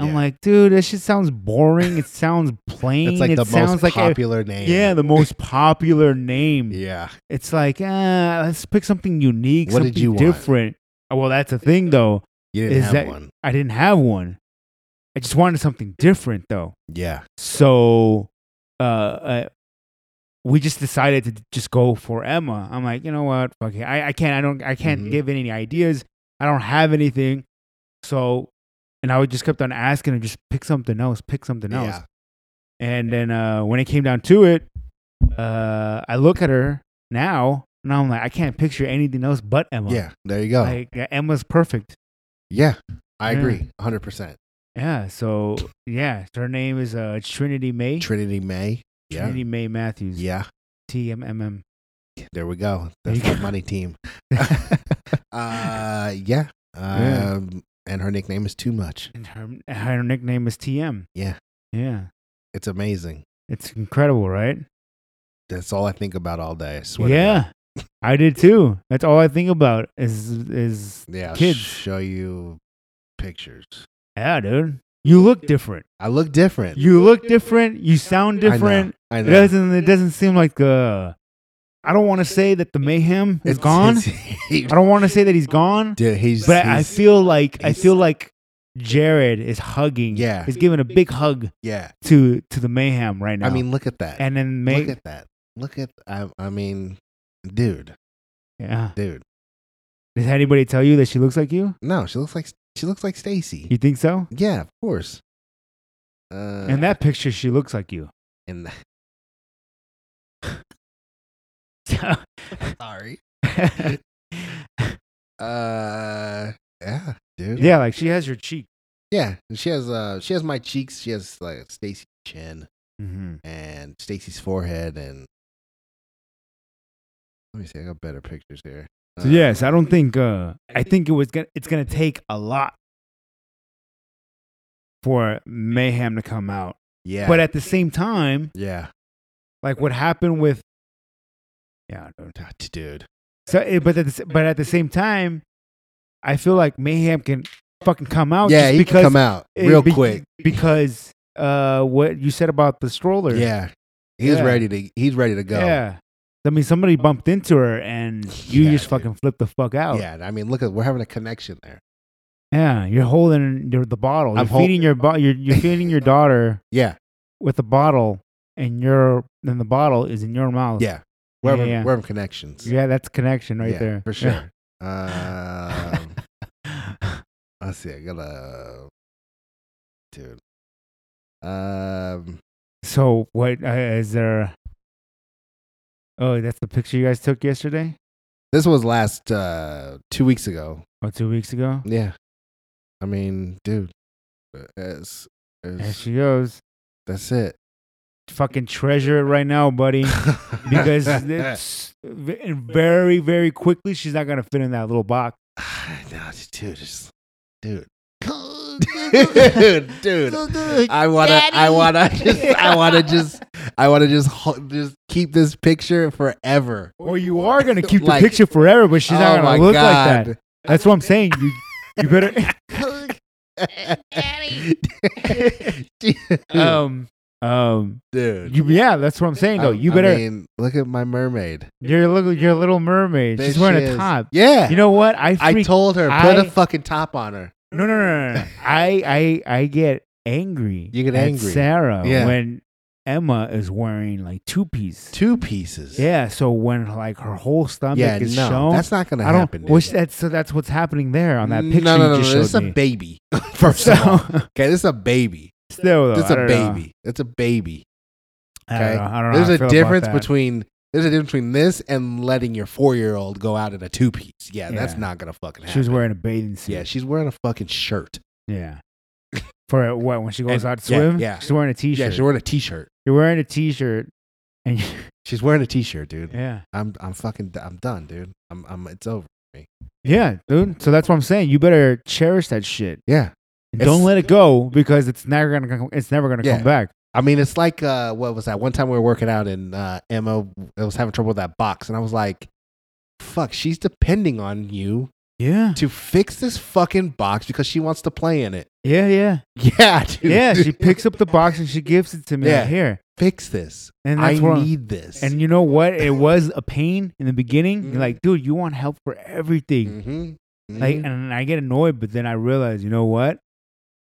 Speaker 1: I'm
Speaker 2: Yeah.
Speaker 1: like, dude, that shit sounds boring. It sounds plain.
Speaker 2: It's like
Speaker 1: it
Speaker 2: the
Speaker 1: sounds
Speaker 2: most
Speaker 1: like a-
Speaker 2: popular name.
Speaker 1: yeah, the most popular name.
Speaker 2: yeah.
Speaker 1: It's like, ah, let's pick something unique,
Speaker 2: What
Speaker 1: something
Speaker 2: did you want?
Speaker 1: different. Oh, Well, that's the thing, though.
Speaker 2: You didn't
Speaker 1: Is
Speaker 2: have
Speaker 1: that-
Speaker 2: one.
Speaker 1: I didn't have one. I just wanted something different, though.
Speaker 2: Yeah.
Speaker 1: So uh, uh we just decided to just go for Emma. I'm like, you know what? Fuck it. I, I can't I don't I can't
Speaker 2: Mhm.
Speaker 1: give any ideas. I don't have anything. So and I would just kept on asking her, just pick something else, pick something else.
Speaker 2: Yeah.
Speaker 1: And then uh when it came down to it, uh I look at her now and I'm like, I can't picture anything else but Emma.
Speaker 2: Yeah. Oh. There you go.
Speaker 1: Like Emma's perfect.
Speaker 2: yeah. I
Speaker 1: Yeah.
Speaker 2: agree. 100%.
Speaker 1: Yeah. So yeah. Her name is uh Trinity May.
Speaker 2: Trinity May. Yeah.
Speaker 1: Trinity May Matthews.
Speaker 2: Yeah.
Speaker 1: T M M M.
Speaker 2: There we go.
Speaker 1: There
Speaker 2: That's
Speaker 1: you
Speaker 2: the
Speaker 1: go.
Speaker 2: money team. uh, yeah.
Speaker 1: Yeah.
Speaker 2: Um, And her nickname is Too Much.
Speaker 1: And her her nickname is TM.
Speaker 2: Yeah.
Speaker 1: Yeah.
Speaker 2: It's amazing.
Speaker 1: It's incredible, right?
Speaker 2: That's all I think about all day. I swear. to God.
Speaker 1: yeah. I did too. That's all I think about is is
Speaker 2: Yeah. I'll
Speaker 1: Kids.
Speaker 2: Show you pictures.
Speaker 1: yeah, dude. You look different.
Speaker 2: I look different.
Speaker 1: You look different. You sound
Speaker 2: I know.
Speaker 1: different.
Speaker 2: I
Speaker 1: It
Speaker 2: know.
Speaker 1: doesn't it doesn't seem like uh I don't want to say that the mayhem is
Speaker 2: It's-
Speaker 1: gone.
Speaker 2: it's-
Speaker 1: I don't want to say that he's gone,
Speaker 2: Dude, he's,
Speaker 1: but I
Speaker 2: he's-
Speaker 1: feel like I
Speaker 2: he's-
Speaker 1: feel like Jared is hugging.
Speaker 2: Yeah.
Speaker 1: He's giving a big hug
Speaker 2: yeah.
Speaker 1: to to the mayhem right now.
Speaker 2: I mean, look at that.
Speaker 1: and then
Speaker 2: look
Speaker 1: make
Speaker 2: at that. Look at. I, I mean, dude,
Speaker 1: yeah.
Speaker 2: dude.
Speaker 1: Did anybody tell you that she looks like you?
Speaker 2: No, she looks like she looks like Stacy.
Speaker 1: You think so?
Speaker 2: Yeah, of course. Uh,
Speaker 1: In that picture, she looks like you.
Speaker 2: And that, sorry. Uh, yeah, dude.
Speaker 1: yeah, like she has your cheek.
Speaker 2: yeah. and She has uh, she has my cheeks. She has like Stacy's chin
Speaker 1: Mm-hmm.
Speaker 2: and Stacy's forehead. And let me see. I got better pictures here.
Speaker 1: So yes, I don't think. Uh, I think it was. Gonna, it's gonna take a lot for mayhem to come out.
Speaker 2: Yeah.
Speaker 1: But at the same time,
Speaker 2: yeah.
Speaker 1: like what happened with, yeah, dude.
Speaker 2: God, Dude.
Speaker 1: So, eh, but at the, s- but at the same time, I feel like mayhem can fucking come out.
Speaker 2: yeah,
Speaker 1: just
Speaker 2: he
Speaker 1: because
Speaker 2: can come out
Speaker 1: eh,
Speaker 2: real
Speaker 1: be-
Speaker 2: quick.
Speaker 1: because uh, what you said about the stroller.
Speaker 2: Yeah. He's
Speaker 1: Yeah.
Speaker 2: ready to he's ready to go.
Speaker 1: Yeah. I mean, somebody bumped into her and you
Speaker 2: Yeah,
Speaker 1: just
Speaker 2: dude.
Speaker 1: fucking flipped the fuck out.
Speaker 2: Yeah, I mean, look at we're having a connection there.
Speaker 1: Yeah, You're holding your, the bottle. You're
Speaker 2: I'm hol-
Speaker 1: feeding your bo- you're, you're feeding your daughter
Speaker 2: Yeah,
Speaker 1: with a bottle, and your and the bottle is in your mouth.
Speaker 2: yeah, we're having,
Speaker 1: Oh. yeah.
Speaker 2: We're having connections.
Speaker 1: Yeah, that's connection right
Speaker 2: Yeah,
Speaker 1: there.
Speaker 2: for
Speaker 1: Yeah.
Speaker 2: sure. um, let's see. I gotta, dude. Um,
Speaker 1: so what uh, is there? Oh, that's the picture you guys took yesterday
Speaker 2: this was last uh two weeks ago.
Speaker 1: or two weeks ago.
Speaker 2: Yeah, I mean, dude, it's,
Speaker 1: There
Speaker 2: it's,
Speaker 1: she goes.
Speaker 2: that's it.
Speaker 1: Fucking treasure it right now, buddy. because it's v- very, very quickly she's not gonna fit in that little box.
Speaker 2: no, dude, just, dude. dude, dude. I wanna, I wanna, just, I wanna just, I wanna just, ho- just keep this picture forever.
Speaker 1: Or you are gonna keep
Speaker 2: Like-
Speaker 1: the picture forever, but she's
Speaker 2: Oh
Speaker 1: not
Speaker 2: my
Speaker 1: gonna look like
Speaker 2: God.
Speaker 1: that. That's what I'm saying. You, you better.
Speaker 2: dude,
Speaker 1: um, um,
Speaker 2: dude.
Speaker 1: you, yeah, that's what I'm saying. Though
Speaker 2: Um, I-
Speaker 1: you
Speaker 2: I
Speaker 1: better.
Speaker 2: mean, look at my mermaid.
Speaker 1: you're a little, you're a little mermaid.
Speaker 2: There
Speaker 1: She's
Speaker 2: she
Speaker 1: wearing a
Speaker 2: is.
Speaker 1: top.
Speaker 2: Yeah,
Speaker 1: You know what? I
Speaker 2: I
Speaker 1: freak.
Speaker 2: told her put a
Speaker 1: I-
Speaker 2: fucking top on her.
Speaker 1: no, no, no, no, no. I, I, I get angry.
Speaker 2: You get
Speaker 1: at
Speaker 2: angry.
Speaker 1: Sarah
Speaker 2: Yeah.
Speaker 1: when Emma is wearing like two piece.
Speaker 2: Two pieces.
Speaker 1: Yeah, so when like her whole stomach
Speaker 2: Yeah,
Speaker 1: is
Speaker 2: no,
Speaker 1: shown,
Speaker 2: that's not gonna
Speaker 1: I don't.
Speaker 2: happen. dude.
Speaker 1: which that's so that's what's happening there on that picture
Speaker 2: No, no, no,
Speaker 1: you just
Speaker 2: no. This is
Speaker 1: showed
Speaker 2: a
Speaker 1: me.
Speaker 2: baby. First
Speaker 1: so,
Speaker 2: of all, okay, this is a baby.
Speaker 1: still, though,
Speaker 2: This is
Speaker 1: I
Speaker 2: a
Speaker 1: don't know.
Speaker 2: baby. It's a baby.
Speaker 1: I don't
Speaker 2: okay?
Speaker 1: know. I don't know
Speaker 2: There's
Speaker 1: how I
Speaker 2: a
Speaker 1: feel about
Speaker 2: difference
Speaker 1: that.
Speaker 2: between there's a difference between this and letting your four year old go out in a two piece. Yeah, that's
Speaker 1: Yeah.
Speaker 2: not gonna fucking happen.
Speaker 1: She was wearing a bathing suit.
Speaker 2: Yeah, she's wearing a fucking shirt.
Speaker 1: Yeah. For what when she goes
Speaker 2: And-
Speaker 1: out to
Speaker 2: yeah,
Speaker 1: swim?
Speaker 2: yeah.
Speaker 1: She's wearing a t-shirt.
Speaker 2: Yeah, she's wearing a t shirt.
Speaker 1: You're wearing a t-shirt, and
Speaker 2: She's wearing a t shirt, dude.
Speaker 1: yeah,
Speaker 2: I'm I'm fucking d- I'm done, dude. I'm I'm it's over.
Speaker 1: yeah, dude. So that's what I'm saying. You better cherish that shit.
Speaker 2: Yeah.
Speaker 1: And
Speaker 2: It's-
Speaker 1: don't let it go because it's never gonna come, it's never gonna
Speaker 2: Yeah.
Speaker 1: come back.
Speaker 2: I mean, it's like uh, what was that? One time we were working out and uh, Emma was having trouble with that box, and I was like, "Fuck, she's depending on you
Speaker 1: Yeah,
Speaker 2: to fix this fucking box because she wants to play in it."
Speaker 1: yeah, yeah,
Speaker 2: Yeah, dude.
Speaker 1: yeah. She picks up the box and she gives it to me
Speaker 2: Yeah.
Speaker 1: like, here,
Speaker 2: fix this.
Speaker 1: and
Speaker 2: I
Speaker 1: that's where I'm-
Speaker 2: need this.
Speaker 1: And you know what? It was a pain in the beginning. You're
Speaker 2: Mhm.
Speaker 1: like, dude, you want help for everything.
Speaker 2: Mhm. Mhm.
Speaker 1: Like, and I get annoyed, but then I realize, you know what?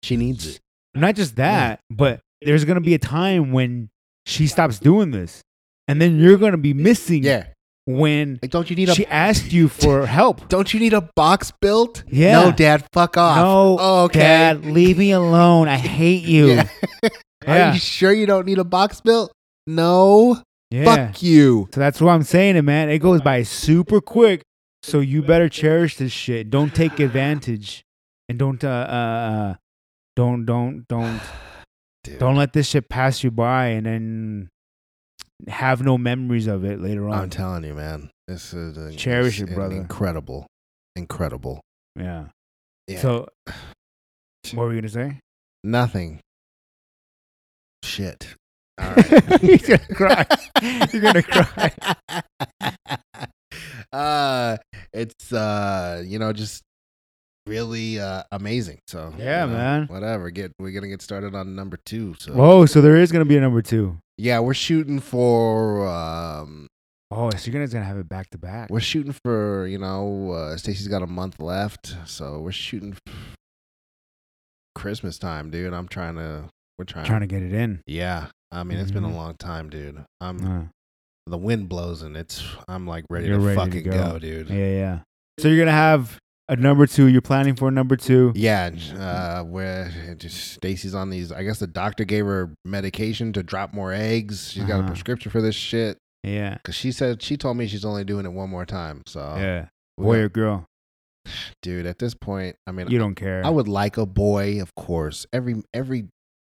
Speaker 2: she needs it.
Speaker 1: Not just that, but there's gonna be a time when she stops doing this, and then you're gonna be missing
Speaker 2: Yeah.
Speaker 1: when
Speaker 2: Like, don't you need a
Speaker 1: she asked you for help.
Speaker 2: Don't you need a box built?
Speaker 1: Yeah.
Speaker 2: No, Dad. Fuck off. Oh,
Speaker 1: No,
Speaker 2: Okay.
Speaker 1: Dad, leave me alone. I hate you.
Speaker 2: Yeah. Are
Speaker 1: Yeah.
Speaker 2: you sure you don't need a box built? No.
Speaker 1: Yeah.
Speaker 2: Fuck you.
Speaker 1: So that's what I'm saying, it man. It goes by super quick. So you better cherish this shit. Don't take advantage, and don't uh, uh uh don't don't don't
Speaker 2: Dude.
Speaker 1: don't let this shit pass you by, and then have no memories of it later
Speaker 2: I'm
Speaker 1: on.
Speaker 2: telling you, man. This is a,
Speaker 1: Cherish it,
Speaker 2: it's an
Speaker 1: brother.
Speaker 2: Incredible. Incredible.
Speaker 1: yeah.
Speaker 2: Yeah.
Speaker 1: So, what were you gonna say?
Speaker 2: Nothing. Shit. All
Speaker 1: He's gonna cry. You're gonna cry.
Speaker 2: uh, it's uh, you know, just really uh, amazing. So
Speaker 1: Yeah,
Speaker 2: you know,
Speaker 1: man.
Speaker 2: Whatever. Get we're gonna get started on number two. So
Speaker 1: Whoa! Oh, So there is gonna be a number two.
Speaker 2: yeah, we're shooting for um,
Speaker 1: Oh, so you're gonna, gonna have it back to back.
Speaker 2: we're shooting for you know, uh, Stacy's got a month left, so we're shooting f- Christmas time, dude. I'm trying to. We're trying.
Speaker 1: Trying to get it in.
Speaker 2: yeah. I mean, it's been a
Speaker 1: Mhm.
Speaker 2: long time, dude. I'm
Speaker 1: Uh,
Speaker 2: the wind blows and it's I'm like ready
Speaker 1: You're
Speaker 2: to
Speaker 1: ready to
Speaker 2: fucking go.
Speaker 1: go.
Speaker 2: dude.
Speaker 1: yeah, yeah. So you're gonna have a number two. You're planning for a number two.
Speaker 2: Yeah,
Speaker 1: Mm-hmm.
Speaker 2: uh, where it just Stacy's on these. I guess the doctor gave her medication to drop more eggs. She's got a
Speaker 1: Uh-huh.
Speaker 2: prescription for this shit
Speaker 1: Yeah.
Speaker 2: because she said she told me she's only doing it one more time. So,
Speaker 1: Yeah.
Speaker 2: Uh, we
Speaker 1: Boy
Speaker 2: got-
Speaker 1: or girl,
Speaker 2: dude, at this point, I mean,
Speaker 1: you don't care.
Speaker 2: I would like a boy, of course. Every every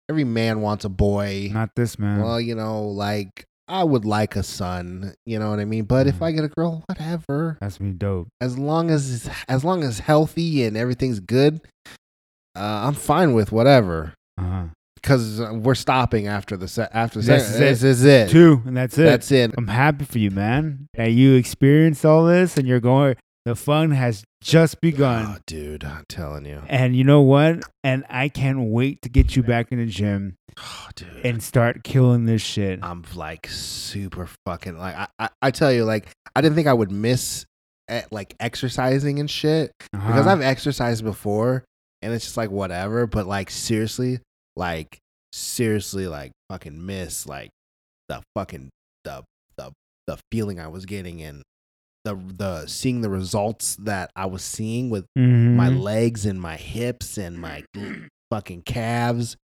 Speaker 2: every man wants a boy.
Speaker 1: Not this man.
Speaker 2: Well, you know, like I would like a son. You know what I mean? But if
Speaker 1: Mhm.
Speaker 2: I get a girl, whatever.
Speaker 1: That's me dope.
Speaker 2: as long as as long as healthy and everything's good, uh, I'm fine with whatever.
Speaker 1: Uh-huh.
Speaker 2: Because we're stopping after the se- after the
Speaker 1: This
Speaker 2: se-
Speaker 1: is
Speaker 2: this is it.
Speaker 1: Two, and that's it.
Speaker 2: That's it.
Speaker 1: I'm happy for you, man. That you experienced all this, and you're going. The fun has just begun.
Speaker 2: Oh, dude, I'm telling you.
Speaker 1: And you know what? And I can't wait to get you back in the gym
Speaker 2: Oh, dude.
Speaker 1: and start killing this shit.
Speaker 2: I'm like super fucking like I, I I tell you like I didn't think I would miss eh, like exercising and shit
Speaker 1: Uh-huh.
Speaker 2: because I've exercised before and it's just like whatever. But like seriously, like seriously, like fucking miss like the fucking the the the feeling I was getting and the the seeing the results that I was seeing with my
Speaker 1: Mhm.
Speaker 2: legs and my hips and my fucking calves.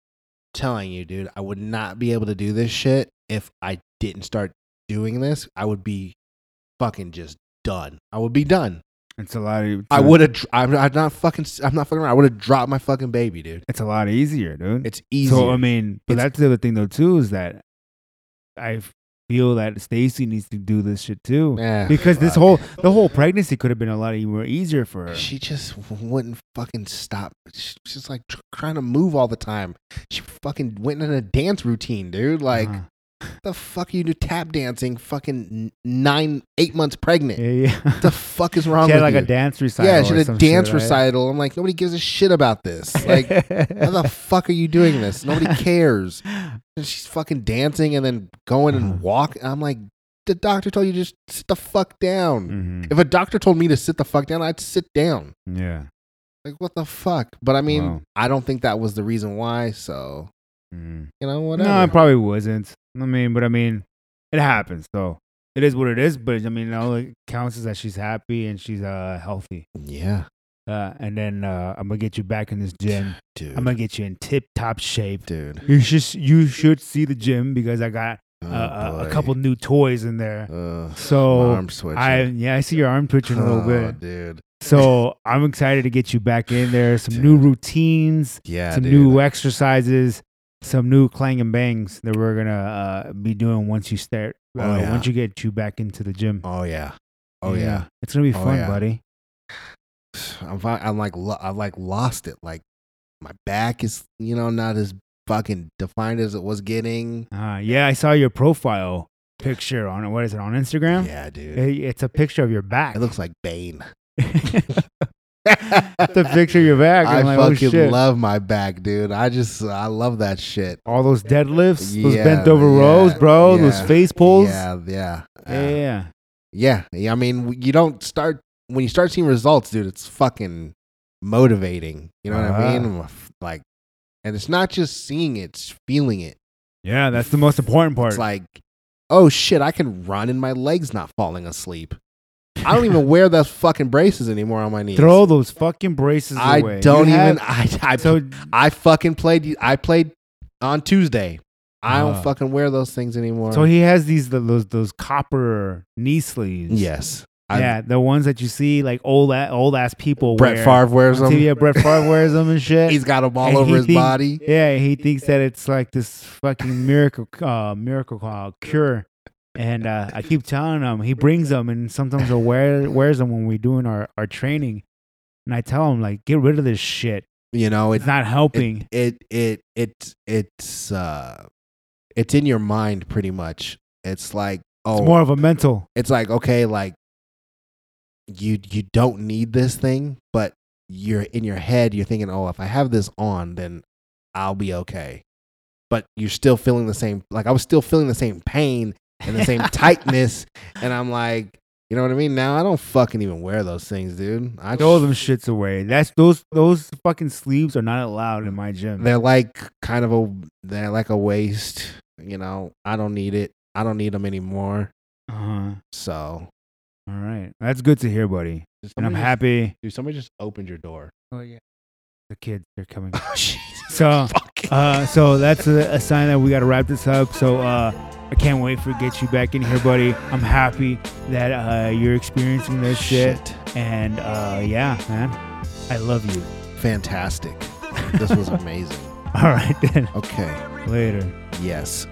Speaker 2: telling you, dude, I would not be able to do this shit if I didn't start doing this. I would be fucking just done. I would be done.
Speaker 1: It's a lot. Of,
Speaker 2: I would have. I'm, I'm not fucking. I'm not fucking around. I would have dropped my fucking baby, dude.
Speaker 1: It's a lot easier, dude.
Speaker 2: It's easy.
Speaker 1: So um, I mean, but
Speaker 2: It's-
Speaker 1: that's the other thing though too is that I feel that Stacy needs to do this shit too because this whole the whole pregnancy could have been a lot e- more easier for her.
Speaker 2: She just wouldn't fucking stop. She- She's like tr- trying to move all the time. She fucking went in a dance routine, dude. Like
Speaker 1: Uh-huh.
Speaker 2: the fuck are you do tap dancing? Fucking n- nine, eight months pregnant.
Speaker 1: yeah, yeah.
Speaker 2: What the fuck is wrong
Speaker 1: she had
Speaker 2: with
Speaker 1: like
Speaker 2: you?
Speaker 1: a dance recital.
Speaker 2: yeah,
Speaker 1: or
Speaker 2: she had a
Speaker 1: some
Speaker 2: dance
Speaker 1: shit, right?
Speaker 2: recital. I'm like, nobody gives a shit about this. Like, how the fuck are you doing this? Nobody cares. And she's fucking dancing and then going
Speaker 1: Uh-huh.
Speaker 2: and walk. I'm like, the doctor told you just sit the fuck down.
Speaker 1: Mhm.
Speaker 2: If a doctor told me to sit the fuck down, I'd sit down.
Speaker 1: Yeah.
Speaker 2: Like, what the fuck? But I mean,
Speaker 1: Wow.
Speaker 2: I don't think that was the reason why. So
Speaker 1: Mm.
Speaker 2: You know, whatever.
Speaker 1: No, it probably wasn't. I mean, but I mean, it happens. So it is what it is. But I mean, all it counts is that she's happy and she's uh healthy.
Speaker 2: yeah,
Speaker 1: Uh, and then uh, I'm gonna get you back in this gym.
Speaker 2: dude.
Speaker 1: I'm gonna get you in tip top shape.
Speaker 2: dude.
Speaker 1: You should you should see the gym because I got
Speaker 2: Oh,
Speaker 1: uh, uh, a
Speaker 2: boy.
Speaker 1: couple new toys in there.
Speaker 2: Uh, my
Speaker 1: So
Speaker 2: arm switching.
Speaker 1: Oh, I yeah I see your arm twitching a little
Speaker 2: Oh,
Speaker 1: bit.
Speaker 2: dude.
Speaker 1: So I'm excited to get you back in there. Some
Speaker 2: Dude.
Speaker 1: new routines,
Speaker 2: Yeah,
Speaker 1: some
Speaker 2: dude.
Speaker 1: new exercises, some new clang and bangs that we're gonna uh, be doing once you start. Uh,
Speaker 2: Oh, yeah.
Speaker 1: Once you get you back into the gym.
Speaker 2: oh yeah, oh yeah.
Speaker 1: it's gonna be
Speaker 2: Oh,
Speaker 1: fun,
Speaker 2: yeah.
Speaker 1: buddy.
Speaker 2: I'm fi- I'm like lo- I like lost it. Like my back is you know not as fucking defined as it was getting.
Speaker 1: Uh, yeah, I saw your profile picture on what is it on Instagram?
Speaker 2: Yeah, dude.
Speaker 1: It- it's a picture of your back.
Speaker 2: It looks like Bane.
Speaker 1: the picture of your back.
Speaker 2: I
Speaker 1: I'm like, oh
Speaker 2: fucking
Speaker 1: shit.
Speaker 2: love my back, dude. I just I love that shit.
Speaker 1: All those deadlifts, those
Speaker 2: Yeah,
Speaker 1: bent over
Speaker 2: yeah,
Speaker 1: rows, bro, those
Speaker 2: yeah,
Speaker 1: face pulls. Yeah.
Speaker 2: Yeah, yeah, uh,
Speaker 1: yeah.
Speaker 2: yeah. Yeah, I mean, w- you don't start when you start seeing results, dude. It's fucking motivating. You know what
Speaker 1: Uh-huh.
Speaker 2: I mean? I'm a f- Like, and it's not just seeing it, it's feeling it.
Speaker 1: Yeah, that's the most important part.
Speaker 2: It's like, oh shit, I can run and my legs not falling asleep. I don't even wear those fucking braces anymore on my knees.
Speaker 1: Throw those fucking braces
Speaker 2: I
Speaker 1: away. You
Speaker 2: don't even.
Speaker 1: have-
Speaker 2: I, I,
Speaker 1: so
Speaker 2: I fucking played. I played on Tuesday. I
Speaker 1: Ah.
Speaker 2: don't fucking wear those things anymore.
Speaker 1: so he has these the, those those copper knee sleeves.
Speaker 2: yes, I,
Speaker 1: yeah, the ones that you see like old a- old ass people.
Speaker 2: Brett
Speaker 1: wear.
Speaker 2: Favre wears
Speaker 1: On
Speaker 2: them.
Speaker 1: TV, yeah, Brett Favre wears them and shit.
Speaker 2: He's got them all
Speaker 1: And
Speaker 2: over
Speaker 1: he
Speaker 2: his
Speaker 1: thinks-
Speaker 2: body.
Speaker 1: Yeah, he thinks that it's like this fucking miracle, uh, miracle uh, cure. And uh, I keep telling him, he brings them, and sometimes he wear, wears them when we're doing our, our training. And I tell him, like, get rid of this shit.
Speaker 2: You know, it,
Speaker 1: It's not helping.
Speaker 2: it it it it's uh, it's in your mind pretty much. It's like oh,
Speaker 1: It's more of a mental.
Speaker 2: it's like okay like you you don't need this thing but you're in your head you're thinking oh if i have this on then i'll be okay but you're still feeling the same like i was still feeling the same pain and the same tightness and i'm like you know what i mean now i don't fucking even wear those things dude i
Speaker 1: Throw
Speaker 2: sh-
Speaker 1: them shits away. That's those those fucking sleeves are not allowed in my gym.
Speaker 2: they're like kind of a they're like a waste you know i don't need it i don't need them anymore
Speaker 1: Uh-huh.
Speaker 2: so
Speaker 1: All right, that's good to hear, buddy. And I'm happy.
Speaker 2: dude somebody just opened your door
Speaker 1: Oh yeah, the kids they're coming.
Speaker 2: oh jesus
Speaker 1: So,
Speaker 2: fucking
Speaker 1: Uh, so that's a, a sign that we got to wrap this up. So uh, I can't wait for get you back in here, buddy. I'm happy that uh, you're experiencing this shit, and uh, yeah, man, I love you.
Speaker 2: Fantastic. This was amazing.
Speaker 1: All right then,
Speaker 2: Okay.
Speaker 1: later.
Speaker 2: Yes.